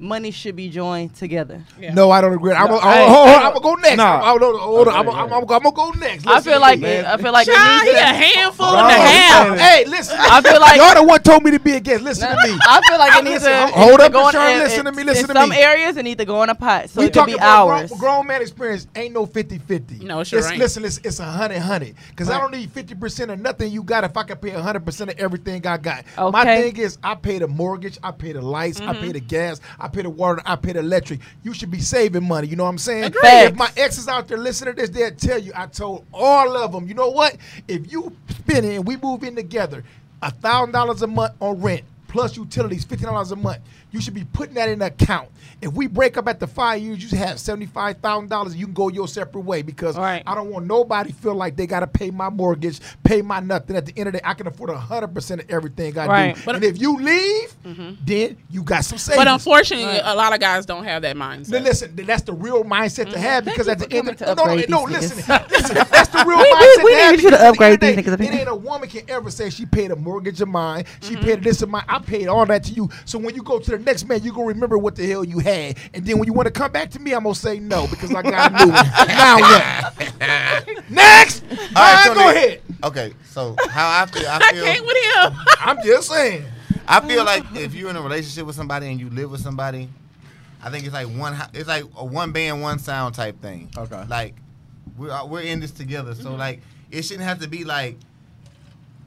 S6: money should be joined together.
S5: Yeah.
S7: No, I don't agree. I'm gonna
S2: hey,
S7: I'm gonna go next.
S2: Nah.
S7: I'm, gonna- hold on,
S2: Okay,
S7: I'm,
S2: go
S7: gonna- I'm,
S2: ahead.
S7: gonna- I'm gonna go next.
S6: I
S7: Listen
S6: feel
S7: to
S6: like
S7: me,
S6: it,
S7: man.
S6: I feel like it
S5: Child, he
S6: needs
S5: a
S6: to-
S5: handful
S2: Bro,
S5: and a half.
S7: Hey, listen.
S6: I feel like-
S7: y'all the one told me to be against. Listen to me.
S6: I feel like
S7: I-
S6: it needs
S7: listen,
S6: to
S7: ho-
S6: it
S7: hold
S6: needs to
S7: up,
S6: go in-
S7: Deshaun,
S6: in-
S7: listen to
S6: in-
S7: me, listen
S6: in
S7: to
S6: some
S7: me.
S6: areas, it needs to go in a pot, so
S7: we
S6: it could
S7: talking
S6: be
S7: about grown-
S6: hours.
S7: Grown, man experience ain't no 50 50.
S5: No, it sure
S7: it's,
S5: ain't.
S7: Listen, listen, it's a hundred hundred. Because I don't need 50% of nothing you got if I could pay 100% of everything I got. My
S6: Okay. Mm-hmm.
S7: thing is, I pay the mortgage, I pay the lights, I pay the gas, I pay the water, I pay the electric. You should be saving money. You know what I'm saying?
S6: Agreed.
S7: If
S6: Facts.
S7: my exes out there listening to this, they'll tell you, I told all of them, you know what? If you spend it and we move in together, a thousand dollars a month on rent plus utilities, fifteen dollars a month. You should be putting that in an account. If we break up at the five years, you should have seventy five thousand dollars. You can go your separate way because
S6: Right.
S7: I don't want nobody feel like they got to pay my mortgage, pay my nothing. At the end of the day, I can afford hundred percent of everything I
S6: Right.
S7: do.
S5: But-
S7: and if you leave, then you got some savings.
S5: But unfortunately, a lot of guys don't have that
S7: Then
S5: mindset.
S7: listen, th- that's the real mindset
S6: Mm-hmm.
S7: to have because at
S6: you
S7: the
S6: for
S7: end of
S6: coming
S7: no,
S6: to
S7: no,
S6: upgrade
S7: no,
S6: these
S7: listen,
S6: niggas.
S7: listen, that's the real
S6: We- we-
S7: mindset.
S6: we
S7: to have
S6: need you to
S7: because at the
S6: upgrade
S7: end
S6: these
S7: of the day,
S6: niggas.
S7: It ain't a woman can ever say she paid a mortgage of mine, she
S6: Mm-hmm.
S7: paid this of mine, I paid all that to you. So when you go to the next man, you gonna remember what the hell you had, and then when you want to come back to me, I'm gonna say no because I got a new one. Now what? next,
S4: All right,
S7: Mine,
S4: so
S7: go
S4: then-
S7: ahead.
S4: Okay, so how I feel, I
S5: I
S4: feel,
S5: came with him.
S7: I'm just saying.
S4: I feel like if you're in a relationship with somebody and you live with somebody, I think it's like one, ho- it's like a one band, one sound type thing.
S2: Okay.
S4: Like we're all- we're in this together, so
S6: Mm-hmm.
S4: like it shouldn't have to be like,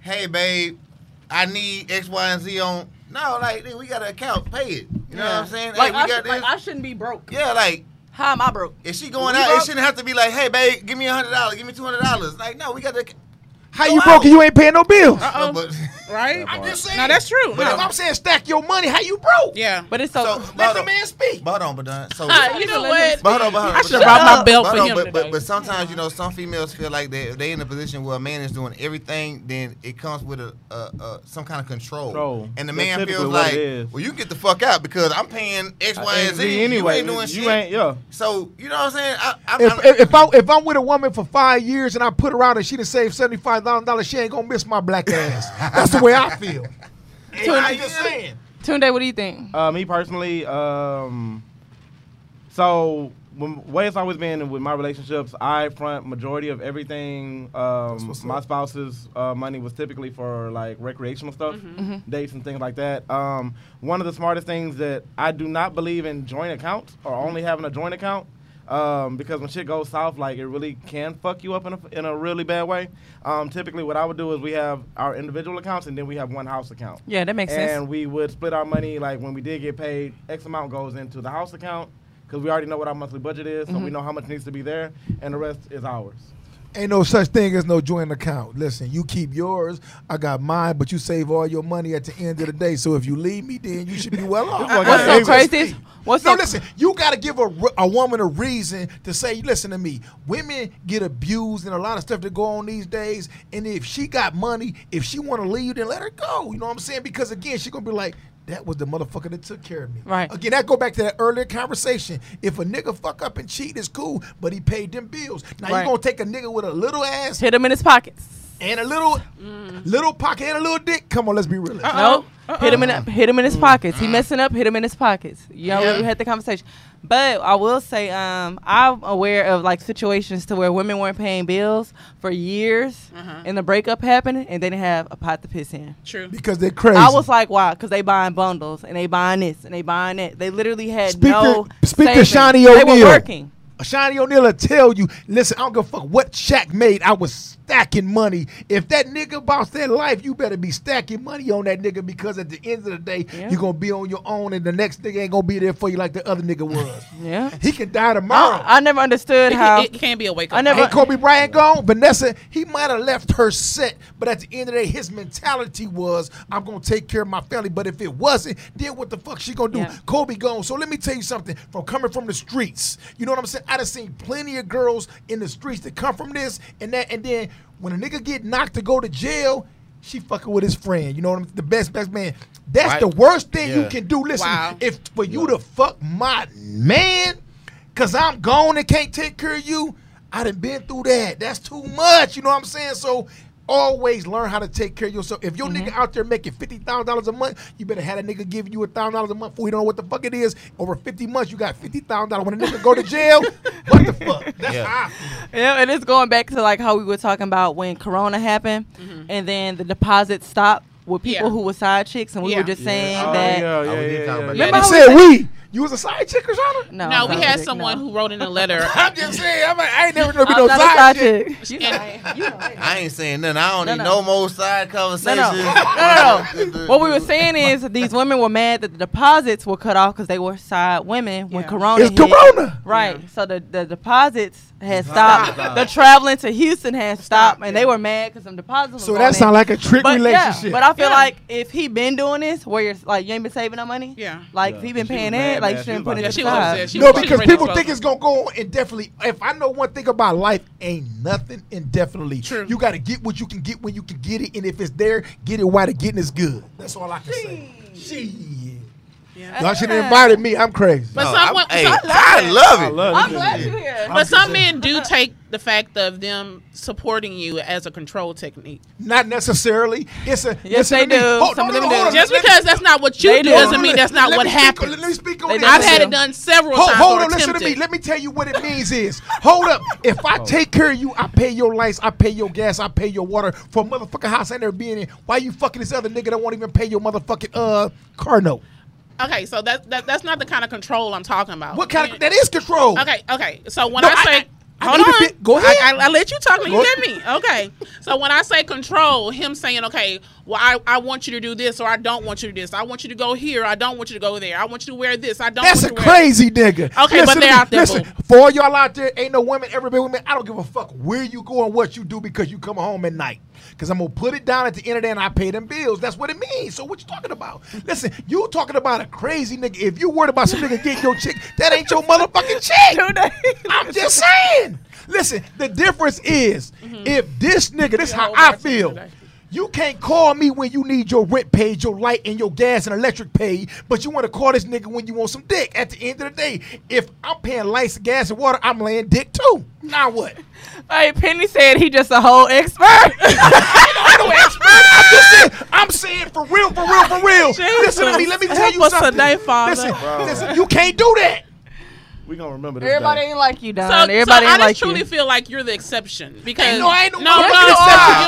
S4: hey babe, I need X, Y, and Z on. No, like nigga, we got an account, pay it. You know what I'm saying? hey,
S6: Like,
S4: we
S6: I
S4: got
S6: should, like
S4: this.
S6: I shouldn't be broke.
S4: yeah, like
S6: How am I broke?
S4: if she going
S6: We
S4: out,
S6: broke.
S4: it shouldn't have to be like, hey babe, give me a hundred dollars, give me two hundred dollars. Like no, we got the. Oh,
S7: How you broke? and You ain't paying no bills.
S5: Uh-oh.
S4: but,
S5: right?
S7: I'm just saying.
S5: No, that's true.
S7: But
S5: No.
S7: if I'm saying stack your money, how you broke?
S5: yeah.
S6: But it's
S4: so,
S6: so.
S7: Let
S4: hold
S7: the
S4: on.
S7: man speak.
S4: But hold on, but done. So
S5: Uh, you know what?
S4: But hold on, but hold on.
S5: I should have brought my belt
S4: But
S5: for
S4: no,
S5: him
S4: but,
S5: today.
S4: but, but sometimes you know some females feel like they they in a position where a man is doing everything, then it comes with a, a, a some kind of control,
S2: Control.
S4: and the
S2: That's
S4: man
S2: typically
S4: feels
S2: what
S4: like,
S2: it is.
S4: well, you get the fuck out because I'm paying X, Y, and Z. You
S2: anyway,
S4: ain't doing shit.
S2: you ain't yeah.
S4: So you know what I'm saying? I, I'm,
S7: If,
S4: I'm,
S7: if, if I if I'm with a woman for five years and I put her out and she done saved seventy five thousand dollars, she ain't gonna miss my black ass. That's the way I feel. And I'm just saying.
S6: Tunde, what do you think?
S2: Uh, me personally, um, so when way it's always been with my relationships, I front majority of everything. Um,
S7: what's
S2: my
S7: up.
S2: spouse's uh, money was typically for like recreational stuff, dates and things like that. Um, one of the smartest things that I do not believe in joint accounts or only having a joint account. Um, because when shit goes south, like it really can fuck you up in a, in a really bad way. Um, typically, what I would do is we have our individual accounts and then we have one house account
S6: Yeah, that makes sense.
S2: and we would split our money like when we did get paid x amount goes into the house
S6: Mm-hmm.
S2: account because we already know what our monthly budget is so we know how much needs to be there and the rest is ours
S7: Ain't no such thing as no joint account. Listen, you keep yours, I got mine, but you save all your money at the end of the day. So if you leave me, then you should be well off.
S6: What's so crazy? is- What's
S7: no,
S6: so
S7: listen. You got to give a, re- a woman a reason to say, "Listen to me." Women get abused and a lot of stuff that go on these days. And if she got money, if she want to leave, then let her go. You know what I'm saying? Because again, she gonna be like, "That was the motherfucker that took care of me."
S6: Right.
S7: Again, that go back to that earlier conversation. If a nigga fuck up and cheat, it's cool, but he paid them bills. Now
S6: Right.
S7: you gonna take a nigga with a little ass
S6: Hit him in his pockets.
S7: and a little,
S6: Mm.
S7: little pocket and a little dick. Come on, let's be real.
S6: No, hit him in hit him in his pockets. He messing up. Hit him in his pockets. You know, we had the conversation. But I will say, um, I'm aware of like situations to where women weren't paying bills for years, and the breakup happened, and they didn't have a pot to piss in.
S5: True.
S7: Because they're crazy.
S6: I was like, why? Because they buying bundles and they buying this and they buying that. They literally had
S7: Speak
S6: no.
S7: to speak to
S6: savings.
S7: Shawnee
S6: They
S7: O'Neal.
S6: were working.
S7: Shawnee O'Neal will tell you, listen, I don't give a fuck what Shaq made. I was stacking money. If that nigga bounced that life, you better be stacking money on that nigga because at the end of the day,
S6: Yeah.
S7: you're gonna be on your own, and the next nigga ain't gonna be there for you like the other nigga was.
S6: Yeah.
S7: he can die tomorrow.
S6: I, I never understood
S5: It,
S6: how.
S5: it can be a wake up.
S6: I never-
S7: Ain't Kobe Bryant gone? Vanessa, he might have left her set, but at the end of the day, his mentality was, I'm gonna take care of my family. But if it wasn't, then what the fuck she gonna do?
S6: Yeah.
S7: Kobe gone. So let me tell you something. From coming from the streets, you know what I'm saying? I done seen plenty of girls in the streets that come from this and that, and then when a nigga get knocked to go to jail. She fucking with his friend. You know what I'm The best, best man. That's
S4: Right.
S7: the worst thing you
S4: Yeah.
S7: can do. Listen,
S5: Wow.
S7: if for you to fuck my man, cause I'm gone and can't take care of you, I done been through that. That's too much. You know what I'm saying? So always learn how to take care of yourself. If your nigga out there making fifty thousand dollars a month, you better have a nigga giving you a thousand dollars a month before you don't know what the fuck it is. Over fifty months, you got fifty thousand dollars. When a nigga go to jail, what the fuck? That's
S4: Yeah.
S7: how I feel.
S6: Yeah, and it's going back to like how we were talking about when Corona happened, and then the deposit stopped with people
S5: Mm-hmm. Yeah.
S6: who were side chicks, and we
S5: Yeah.
S6: were just
S5: Yeah.
S6: saying
S2: Oh,
S6: that.
S2: yeah,
S4: Oh,
S2: yeah,
S4: we did
S2: yeah,
S4: talk
S2: yeah,
S4: about
S2: yeah.
S6: Remember
S7: You
S6: how we
S7: said
S6: said-
S7: we. You was a side chick or something?
S6: No,
S5: No, we
S6: no,
S5: had
S6: no.
S5: someone who wrote in a letter.
S7: I'm just saying. I'm like, I ain't never gonna be
S6: I'm
S7: no
S6: not a
S7: side,
S6: side
S7: chick.
S6: chick. You know, I ain't- you know, I ain't.
S4: I ain't saying nothing. I don't
S6: No,
S4: need
S6: no.
S4: no more side
S6: No,
S4: conversations.
S6: no, no, no, no. What we were saying is these women were mad that the deposits were cut off because they were side women when
S5: Yeah.
S6: Corona
S7: It's
S6: hit.
S7: Corona.
S6: Right. So the, the deposits had stopped. The traveling to Houston had stopped, and they were mad because some deposits. was
S7: So
S6: going
S7: that sound
S6: in.
S7: like a trick
S6: But
S7: relationship.
S6: yeah, but I feel
S5: Yeah.
S6: like if he been doing this, where you're like you ain't been saving no money.
S5: Yeah.
S6: Like
S2: Yeah,
S6: if he been
S2: she was
S6: paying
S2: mad,
S6: it, like
S2: mad.
S6: you
S2: She
S6: shouldn't
S2: was
S6: put it
S2: about
S6: in
S2: to-
S5: She
S6: the
S5: was upset. She was
S6: side.
S7: no,
S5: she was
S7: because
S5: ready to
S7: people
S5: go.
S7: think it's gonna go on indefinitely. If I know one thing about life, ain't nothing indefinitely.
S5: True.
S7: You gotta get what you can get when you can get it, and if it's there, get it while the getting is good. That's all I can say. Shit.
S5: Yeah.
S7: Y'all should have invited me. I'm crazy.
S5: But
S4: No,
S5: someone,
S4: I'm- hey,
S5: some-
S4: I love it.
S2: I love
S6: I'm
S2: it.
S6: glad you're here.
S5: but some men do take the fact of them supporting you as a control technique.
S7: Not necessarily. It's a
S6: Yes,
S7: listen to
S6: they
S7: me.
S6: do.
S7: Hold-
S6: Some of
S7: no, no,
S6: them
S7: no,
S6: do.
S7: hold on.
S5: Just
S7: Let me-
S5: because that's not what you
S6: They
S5: do
S6: do.
S5: doesn't mean that's not
S7: Let
S5: what
S7: me speak on-
S5: happens.
S7: Let me speak on
S6: They
S7: that.
S5: I've had
S6: do.
S5: it done several
S7: Hold,
S5: times.
S7: hold
S5: or
S7: on, listen to me.
S5: attempted. Oh.
S7: Let me tell you what it means is. Hold up. If I take care of you, I pay your lights, I pay your gas, I pay your water for a motherfucking house I ain't never been in. Why you fucking this other nigga that won't even pay your motherfucking uh car note?
S5: Okay, so that, that that's not the kind of control I'm talking about.
S7: What kind of that is control?
S5: Okay, okay. So when
S7: No,
S5: I
S7: I-
S5: say,
S7: I- I
S5: hold
S7: need to
S5: on,
S7: be- go ahead.
S5: I, I, I let you talk. You
S7: Go-
S5: get me. Okay. So when I say control, him saying, okay, well, I, I want you to do this or I don't want you to do this. I want you to go here. I don't want you to go there. I want you to wear this. I don't.
S7: That's a
S5: want you to wear
S7: crazy nigga.
S5: but
S7: Listen to
S5: they're
S7: me.
S5: out there,
S7: Listen,
S5: boo.
S7: for all y'all out there, ain't no women ever been women. I don't give a fuck where you go and what you do because you come home at night. Cause I'm gonna put it down at the end of the day and I pay them bills. That's what it means. So what you talking about? Listen, you talking about a crazy nigga. If you worried about some nigga getting your chick, that ain't your motherfucking chick. I'm just saying. Listen, the difference is
S5: Mm-hmm.
S7: if this nigga, this how
S5: over
S7: I
S5: our
S7: feel.
S5: today.
S7: You can't call me when you need your rent paid, your light and your gas and electric paid, but you want to call this nigga when you want some dick. At the end of the day, if I'm paying lights, gas, and water, I'm laying dick too. Now what?
S6: Hey, Penny said he just a whole expert.
S7: I don't expect. I'm just saying. I'm saying for real, for real, for real. Listen to me. Let me tell
S5: Help
S7: you
S5: us
S7: something.
S5: today, Father.
S7: Listen, listen, you can't do that.
S2: We gonna remember this.
S6: Everybody
S2: day.
S6: ain't like you, Don.
S5: So, so
S6: Everybody
S5: I
S6: ain't
S5: just
S6: like
S5: truly
S6: you.
S5: feel like you're the exception because
S7: no, I ain't
S5: no,
S7: no
S5: no,
S7: motherfucking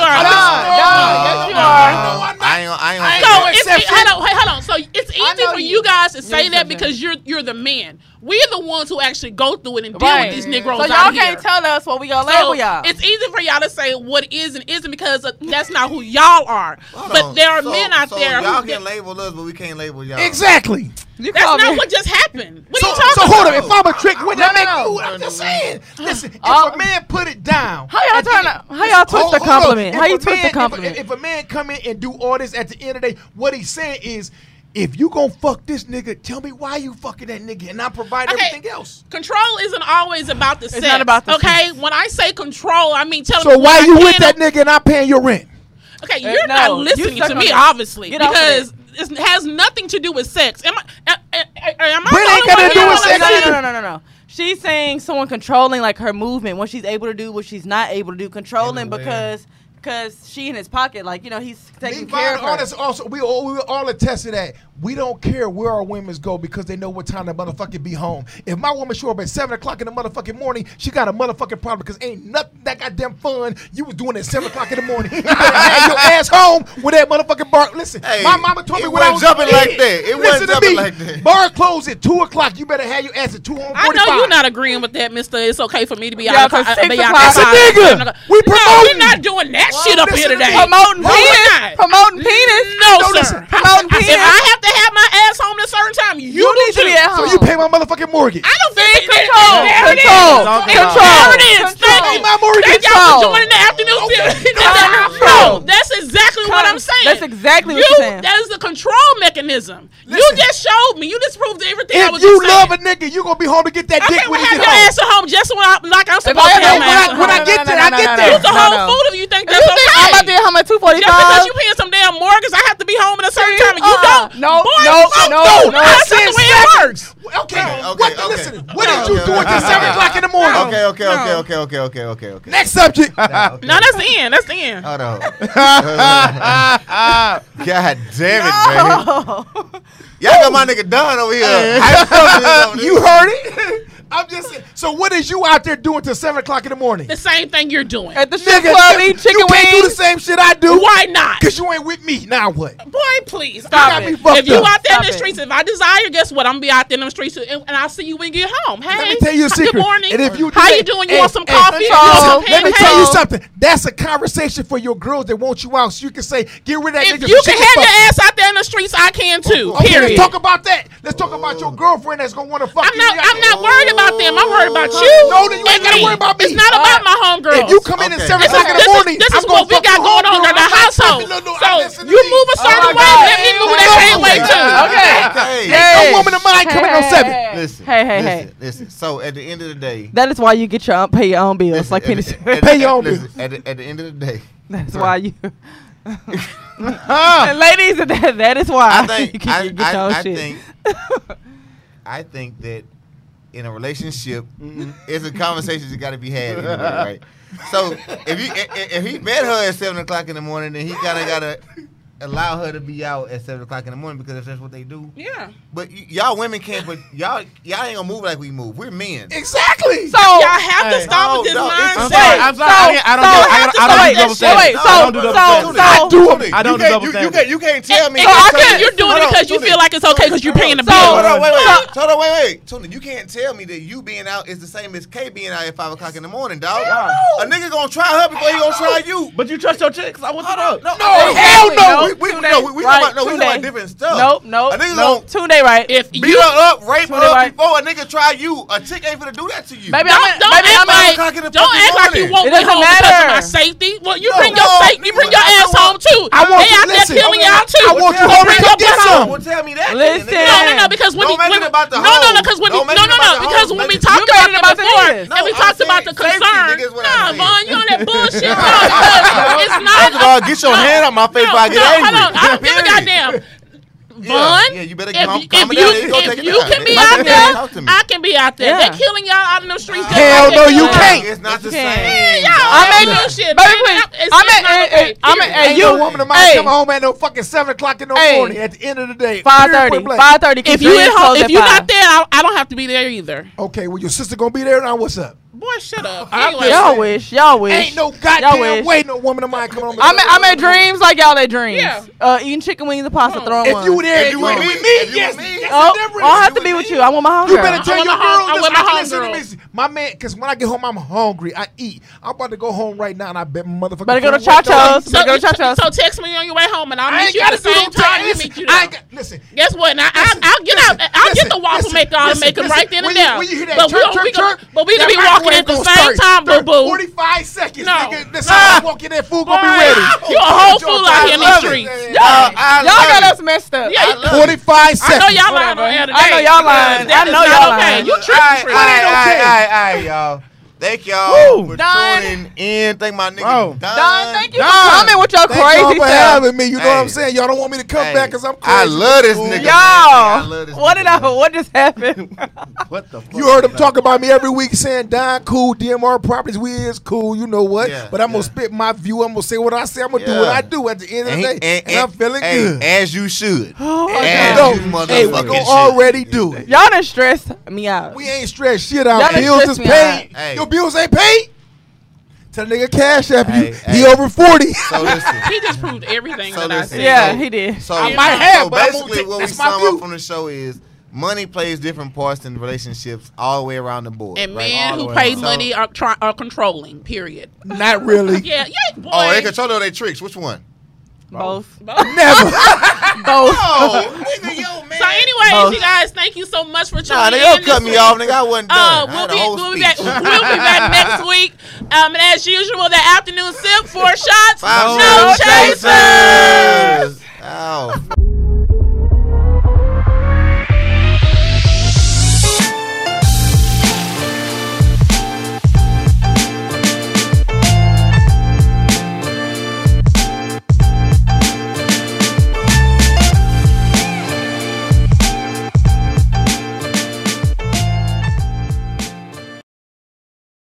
S5: you're the exception. You are. not.
S6: Don, yes
S7: exception. I'm just-
S6: you
S4: No,
S6: are.
S4: no,
S7: I'm not.
S4: I ain't, I ain't
S7: I ain't
S5: So
S7: no
S5: it's e-
S7: exception.
S5: hold on, hey, hold on. So it's easy
S6: know
S5: for
S6: you.
S5: you guys to say that
S6: exception.
S5: because you're you're the man. We're the ones who actually go through it and deal
S6: Right.
S5: with these Negroes
S6: So y'all
S5: out here.
S6: can't tell us what we gonna
S5: So
S6: label y'all.
S5: it's easy for y'all to say what is and isn't because of- that's not who y'all are.
S4: Hold
S5: but
S4: on.
S5: there are
S4: So-
S5: men out
S4: so
S5: there
S4: Y'all
S5: who
S4: can label us, but we can't label y'all.
S10: Exactly.
S6: you
S5: that's
S6: call
S5: not
S6: me.
S5: what just happened. What
S10: So,
S5: are you talking
S10: so hold up.
S5: about?
S10: If I'm a trick, what that
S6: No,
S10: make
S6: no,
S10: you?
S6: no.
S10: I'm just saying. Listen,
S6: Oh.
S10: if a man put it down.
S6: How y'all
S10: at the
S6: trying
S10: end-
S6: to- how y'all twist
S10: Hold-
S6: the
S10: hold on.
S6: compliment?
S10: If
S6: How
S10: a
S6: you twist the
S10: man- if a-
S6: compliment?
S10: If, a man come in and do all this at the end of the day, what he's saying is, if you gonna fuck this nigga, tell me why you fucking that nigga, and I provide
S5: Okay.
S10: everything else.
S5: Control isn't always about the sex.
S6: not about the
S5: okay. When I say control, I mean tell
S10: So
S5: me
S10: why
S5: I
S10: you with
S5: can-
S10: that nigga and I paying your rent?
S5: Okay,
S6: Uh,
S5: you're
S6: no,
S5: not
S6: you
S5: listening
S6: suck
S5: to
S6: on
S5: me,
S6: that.
S5: obviously,
S6: Get off of
S5: because it has nothing to do with sex. Am I? uh, uh, uh, Am
S10: But it
S5: I
S10: ain't
S5: the
S10: got
S5: only one
S10: to do
S5: here
S10: with
S5: on the
S10: sex
S6: no,
S5: planet?
S6: no,
S10: either.
S6: no, no, no, no. She's saying someone controlling like her movement, what she's able to do, what she's not able to do, controlling because because she in his pocket, like you know he's taking care
S7: Levi
S6: of
S7: and all
S6: her.
S7: this also Oh, we all we all attested that we don't care where our women's go because they know what time the motherfucker be home. If my woman show up at seven o'clock in the motherfucking morning, she got a motherfucking problem because ain't nothing that goddamn fun you was doing at seven o'clock in the morning. You better have your ass home with that motherfucking bar. Listen,
S4: Hey,
S7: my mama told me
S4: it
S7: when I was
S4: wasn't jumping like
S7: kid,
S4: that. It wasn't
S7: listen to
S4: jumping
S7: me.
S4: like that.
S7: Bar closed at two o'clock. You better have your ass at two home.
S5: I know you're not agreeing with that, Mister. It's okay for me to be
S6: Yeah,
S5: out. uh,
S6: 'cause
S5: I- I-
S6: six
S5: be out
S6: o'clock-
S5: outside.
S10: That's a nigga. We
S5: No,
S10: promoting.
S5: we're not doing that shit up here
S7: listen to
S5: today.
S7: me.
S6: Promoting
S5: No, we're
S6: penis,
S5: not.
S6: promoting penis.
S5: No,
S7: No,
S5: sir.
S7: listen.
S6: Promoting
S5: I- I- If
S6: penis.
S5: I have to have my ass home at a certain time, you,
S6: You
S5: do
S6: need to
S5: too.
S6: be at home.
S7: So you pay my motherfucking mortgage.
S5: I don't think
S6: control,
S5: There it is.
S6: control,
S5: There
S6: control,
S5: it is. Thank
S6: control.
S5: you.
S10: My mortgage.
S5: Thank y'all for
S6: Control.
S5: joining the afternoon series. That's-
S6: Control.
S5: No, that's exactly what I'm saying.
S6: That's exactly what
S5: you,
S6: you're saying.
S5: That is the control mechanism. you just showed me. You just proved everything I
S10: If
S5: was
S10: you
S5: just
S10: love a
S5: saying.
S10: nigga, you gonna be home to get that
S5: I
S10: dick
S5: can't
S10: when you
S5: have
S10: get
S5: your
S10: home.
S5: ass at home just when I, like I'm supposed to
S6: I
S5: have
S6: am,
S5: my
S6: when
S5: ass
S6: I-
S5: at
S10: When I
S5: home.
S10: get
S6: no,
S10: there,
S6: no,
S10: I
S6: no,
S10: get
S6: no,
S10: there.
S5: It's a
S6: no,
S5: whole
S6: no.
S5: fool if you think
S6: You
S5: that's
S6: think
S5: okay.
S6: I'm about to be at home at two forty
S5: Just because
S6: five?
S5: you paying some damn mortgage, I have to be home at a certain time, and you
S6: Uh-uh.
S5: don't.
S6: No,
S5: Boy,
S6: no,
S5: fuck
S6: no,
S5: you.
S6: no.
S5: That's not the way it works.
S4: Okay,
S7: Okay, what?
S4: okay,
S7: Listen,
S4: okay.
S7: what did
S4: Okay,
S7: you do
S4: okay,
S7: at
S4: okay.
S7: seven o'clock in the morning?
S4: Okay, okay, okay, okay, okay, okay, okay, okay.
S10: Next subject.
S5: No, that's the end. That's the end.
S10: Uh,
S4: Hold on. God damn it, man. Y'all got my nigga Don over here. hyped up on this.
S7: You heard it. I'm just saying. So what is you out there doing till seven o'clock in the morning?
S5: The same thing you're doing.
S6: At the strip
S10: Nigga,
S6: club, eat chicken
S10: you can't do the
S6: wings.
S10: same shit I do.
S5: Why not?
S10: Cause you ain't with me. Now what?
S5: Boy, please.
S6: Stop
S5: I-
S6: it.
S10: fucked
S5: if you
S10: up.
S5: out there
S6: Stop
S5: in
S6: it.
S5: the streets, if I desire, guess what? I'm gonna be out there in the streets, and, and I'll see you when you get home. Hey,
S10: Let me tell you a
S5: good
S10: secret.
S5: morning.
S10: And if you do
S5: How
S10: that-
S5: you doing? You
S10: hey,
S5: want some
S10: hey,
S5: coffee? You want
S6: control.
S5: some
S10: Let me
S5: pancakes?
S10: tell you
S6: Hey.
S10: something. That's a conversation for your girls that want you out, so you can say, "Get rid of that nigga."
S5: If you
S10: She
S5: can have
S10: fuck-
S5: your ass out there in the streets, I can too.
S7: Okay,
S5: Period.
S7: let's talk about that. Let's talk about your girlfriend that's gonna want to fuck
S5: I'm
S7: you.
S5: not. I'm not worried about them. I'm worried about
S4: No,
S5: you.
S7: no, then you ain't
S5: and
S7: gotta
S5: me.
S7: worry about me.
S5: It's not about my homegirls.
S10: If you come in at
S4: Okay.
S10: seven
S5: this
S10: o'clock
S5: is,
S10: in
S5: this
S10: the
S5: is-
S10: morning,
S5: this
S10: I'm
S5: is
S10: gonna
S5: what we
S10: fuck
S5: got
S10: your
S5: going on
S10: homegirl.
S5: in the
S10: I'm not
S5: household.
S10: tripping. No, no, I'm
S5: So
S10: listening
S5: you
S10: to
S5: move a certain
S6: my
S5: way,
S6: God.
S5: let me move that same way too.
S6: Okay.
S4: Okay.
S6: Hey.
S10: No woman of mine coming on seven.
S4: Listen.
S6: Hey, hey, hey.
S4: listen, Listen. So at the end of the day,
S6: That is why you get your own, pay your own bills,
S4: listen,
S6: like
S4: at the-
S6: penis.
S4: at the-
S10: Pay your own
S4: listen, At the at the end of the day,
S6: That's why you. And ladies, that, that is why
S4: I
S6: you
S4: think
S6: can
S4: I,
S6: get your own
S4: I, I
S6: shit.
S4: think I think that in a relationship, it's a conversation that got to be had, anyway, right? So if you i- i- if he met her at seven o'clock in the morning, then he kind of gotta allow her to be out at seven o'clock in the morning because if that's what they do.
S5: Yeah.
S4: But y- y'all women can't. But y'all y'all ain't gonna move like we move. We're men.
S7: Exactly.
S6: so.
S5: Y'all have to
S2: Hey.
S5: stop
S4: No,
S5: with this
S4: no, it's-
S5: mindset.
S2: I'm sorry. I'm sorry. I, didn't- I don't.
S6: so-
S2: do, I don't, I don't do double
S6: so- wait,
S2: standards. I don't do
S6: so-
S2: double
S6: so-
S2: standards.
S6: so-
S4: I do
S2: I don't
S4: them. you
S2: do
S4: can't-
S2: double
S4: you- you
S2: standards.
S4: can't, you can't tell me.
S5: And
S6: I
S5: you
S6: can't-
S5: said you're doing it because you feel like it's okay because you're paying the
S6: So-
S4: Hold on,
S5: bill.
S4: wait, wait,
S6: So-
S4: hold on, wait, wait. Tony, you can't tell me that you being out is the same as K being out at five o'clock in the morning, dog. A nigga gonna try her before he gonna try you.
S2: But you trust your chicks. I want to know.
S4: No,
S6: Exactly.
S4: hell no.
S6: Nope.
S4: We, we,
S6: Tune
S4: no,
S6: in.
S4: we, we
S6: Right.
S4: talking about, no, we
S6: Tune
S4: talking about
S6: in.
S4: different stuff.
S6: Nope, nope,
S4: A nigga
S6: nope.
S4: gonna
S6: Tune day right.
S5: If
S4: beat
S5: you
S4: her up, rape her
S6: Tune in,
S4: up
S6: right.
S4: before a nigga try you. A chick ain't finna do that to you.
S6: Maybe I'm.
S5: don't, don't
S6: Maybe
S5: act
S6: I'm.
S5: like
S4: o'clock in the
S5: don't
S4: fucking
S5: act like you
S4: morning.
S5: won't
S6: It
S5: be
S6: doesn't
S5: home because of
S6: matter.
S5: my safety. Well, you
S4: No,
S5: bring your
S4: no,
S5: safety, you bring your
S4: I
S5: ass
S4: want-
S5: home too.
S10: I want you-
S5: they out
S10: listen,
S5: there killing
S10: I
S5: y'all
S10: want-
S5: too.
S10: I want you
S5: Don't
S10: home
S5: bring
S10: to
S5: your
S10: come get
S5: best-
S10: some.
S4: Well, tell me that. then,
S6: Listen.
S4: nigga.
S5: No, no, no, because when we,
S4: Don't make
S5: when
S4: it
S5: we-
S4: about the
S5: no, no, no,
S4: hoe.
S5: because when
S4: Don't
S5: we,
S4: make
S5: no,
S4: it
S5: no,
S4: about
S5: no,
S4: the
S5: because
S4: hoe.
S5: when we
S4: Make it-
S5: talked
S6: You
S5: about
S6: made it
S5: it
S6: about the
S5: before
S6: business.
S5: and we
S4: No, I'm
S5: talked about the
S4: saying safety,
S5: concern.
S4: nigga, is what
S5: Nah,
S4: I'm
S5: Von,
S4: saying.
S5: you on that bullshit. No, because it's not.
S4: First of all, get your
S5: no,
S4: hand out my face
S5: no,
S4: before I get
S5: no,
S4: angry.
S5: Hold on, I don't give a
S4: Period.
S5: goddamn. Von,
S4: yeah, you better
S5: if,
S4: calm-
S5: you-
S4: calm
S5: if
S4: it down.
S5: you,
S4: It ain't gonna
S5: if
S4: take it
S5: you
S4: down.
S5: can be
S4: Let
S5: out
S4: me talk to
S5: there,
S4: me.
S5: I can be out there.
S6: Yeah.
S5: They're killing y'all out in the streets. just
S10: Hell
S5: like they
S10: no,
S5: kill
S10: you
S5: us.
S10: can't.
S4: It's not the
S6: can't.
S4: same.
S5: Y'all
S4: dog.
S5: I
S6: I'm in-
S5: ain't no shit.
S6: Baby,
S5: baby.
S6: please.
S5: It's- it's
S6: I'm
S5: not
S6: at.
S5: okay.
S6: Hey, I'm at.
S5: Period.
S6: Hey,
S7: Ain't no
S6: you.
S7: woman of mine
S6: Hey,
S7: coming home at no fucking seven o'clock in the
S6: Hey.
S7: morning. At the end of the day,
S6: five
S7: period
S6: thirty.
S7: point blank.
S6: Five thirty.
S5: If you at home, if you're not there, I, I don't have to be there either.
S7: Okay, well your sister gonna be there now. What's up?
S5: Boy, shut up.
S7: I
S5: Anyway,
S6: Y'all wish. Y'all wish.
S7: Ain't no
S6: Y'all
S7: goddamn
S6: wish.
S7: way no woman of mine coming on.
S6: I'm at, I'm at dreams like y'all at dreams.
S5: Yeah.
S6: Uh, eating chicken wings and pasta,
S5: Mm.
S6: throwing
S7: If
S6: one.
S7: you were there, you
S4: with
S7: would be
S4: me,
S7: with me.
S4: if you
S7: Yes,
S4: with me.
S7: that's
S6: oh,
S7: the difference.
S6: I'll have to
S7: You
S6: be
S7: with
S6: with you. I want my homegirl.
S7: You better
S5: I
S7: tell
S5: want
S7: your
S5: my hom-
S7: girl.
S5: I
S7: listen,
S5: want my
S7: I can listen to
S5: homegirl.
S7: this. My man, because when I get home, I'm hungry. I eat. I'm about to go home right now, and I bet my motherfucker.
S6: Better go to
S7: phone won't
S6: Cha-Cha's.
S7: die.
S5: So,
S6: Girl,
S5: so,
S6: shout out.
S5: text me on your way home, and I'll
S7: I
S5: meet
S7: ain't
S5: you at the
S7: got to do no
S5: same time. You
S7: Listen,
S5: meet you
S7: I
S5: there.
S7: ain't got, listen.
S5: Guess what? Now,
S7: Listen,
S5: I, I'll get
S7: listen,
S5: out. I'll get the
S7: listen,
S5: waffle
S7: listen,
S5: maker. I'll
S7: listen,
S5: make it
S7: listen.
S5: right then
S7: When
S5: and
S7: you-
S5: there.
S7: When you hear that
S5: but we don't- we
S7: chirp, chirp,
S5: gonna-
S7: chirp,
S5: but we
S7: that
S5: gonna be walking
S7: microwave
S5: at the
S7: gonna
S5: same
S7: start.
S5: time, boo
S7: Thir-
S5: boo.
S7: 45 seconds,
S5: No.
S7: nigga. Listen,
S5: Nah.
S7: I'm walking that food gonna be
S5: Boy,
S7: ready.
S5: you a whole fool out here in these
S7: love it.
S5: streets.
S4: Uh, I
S6: Y'all got
S4: love
S6: us messed up.
S5: Yeah, you- I
S7: 45
S5: know
S7: seconds.
S5: y'all lying on air today.
S6: I know y'all lying.
S5: That
S6: I
S5: is
S6: know
S5: not
S6: y'all
S5: okay.
S6: lying.
S5: You
S4: All right,
S5: tripping,
S4: all
S5: tripping.
S4: right, all
S7: okay.
S4: right, all right, y'all. Thank y'all
S7: Woo.
S4: for
S6: Don.
S4: tuning in. Thank my nigga
S2: Bro.
S4: Don.
S6: Don, thank you for
S7: Don,
S6: coming with your
S7: Thank y'all
S6: crazy
S7: for
S6: stuff.
S7: having me. You know what
S4: Hey.
S7: I'm saying? Y'all don't want me to come
S4: Hey,
S7: back because I'm crazy.
S4: I love this nigga. man. I love this
S6: Y'all, what
S4: nigga,
S6: did I?
S4: man.
S6: What just happened?
S11: What the fuck?
S7: You heard him talk about me every week saying Don cool, DMR properties, we is cool, you know what?
S4: Yeah,
S7: but I'm gonna
S4: yeah.
S7: spit my view, I'm gonna say what I say, I'm gonna do what
S4: Yeah.
S7: I do at the end of
S4: And,
S7: the
S4: he-
S7: day.
S4: and,
S7: And, I'm feeling
S4: hey,
S7: good.
S4: As you should.
S7: You
S4: as
S7: know,
S4: you
S7: hey, we
S4: motherfucking
S7: gonna
S4: should.
S7: already do it.
S6: Oh Y'all done stressed me out.
S7: We ain't stressed shit
S6: Y'all
S7: out.
S6: done
S7: Bills
S6: stressed
S7: is
S6: me out.
S7: paid.
S4: Hey.
S7: Your bills ain't paid. Tell the nigga cash app
S4: Hey,
S7: you.
S4: hey.
S7: He over 40.
S4: So listen.
S5: He just proved everything
S4: So
S5: that I
S4: listen.
S5: said.
S6: Yeah,
S4: So-
S6: he did.
S4: So,
S5: I might
S7: have,
S4: so
S7: but I'm gonna
S4: basically,
S7: take-
S4: what we
S7: that's my
S4: sum
S7: view.
S4: up from the show is money plays different parts in relationships all the way around the board.
S5: And
S4: right?
S5: men
S4: All the
S5: who
S4: way
S5: pay
S4: around.
S5: money are, try, are controlling, period.
S7: Not really.
S5: Yeah, yeah, boy.
S4: Oh, they control all their tricks. Which one?
S6: Both.
S5: Both.
S7: Never.
S6: Both.
S4: Oh, nigga, yo, man.
S5: So, anyways,
S6: Both.
S5: you guys, thank you so much for tuning
S4: Nah,
S5: in.
S4: they don't
S5: this
S4: cut me
S5: week.
S4: off, nigga. I wasn't
S5: Uh,
S4: done. I
S5: we'll
S4: had a
S5: be
S4: whole
S5: we'll be back
S4: speech.
S5: we'll be back next week. Um, and as usual, the afternoon sip, four shots,
S4: Five
S5: no
S4: Chasers.
S5: chasers.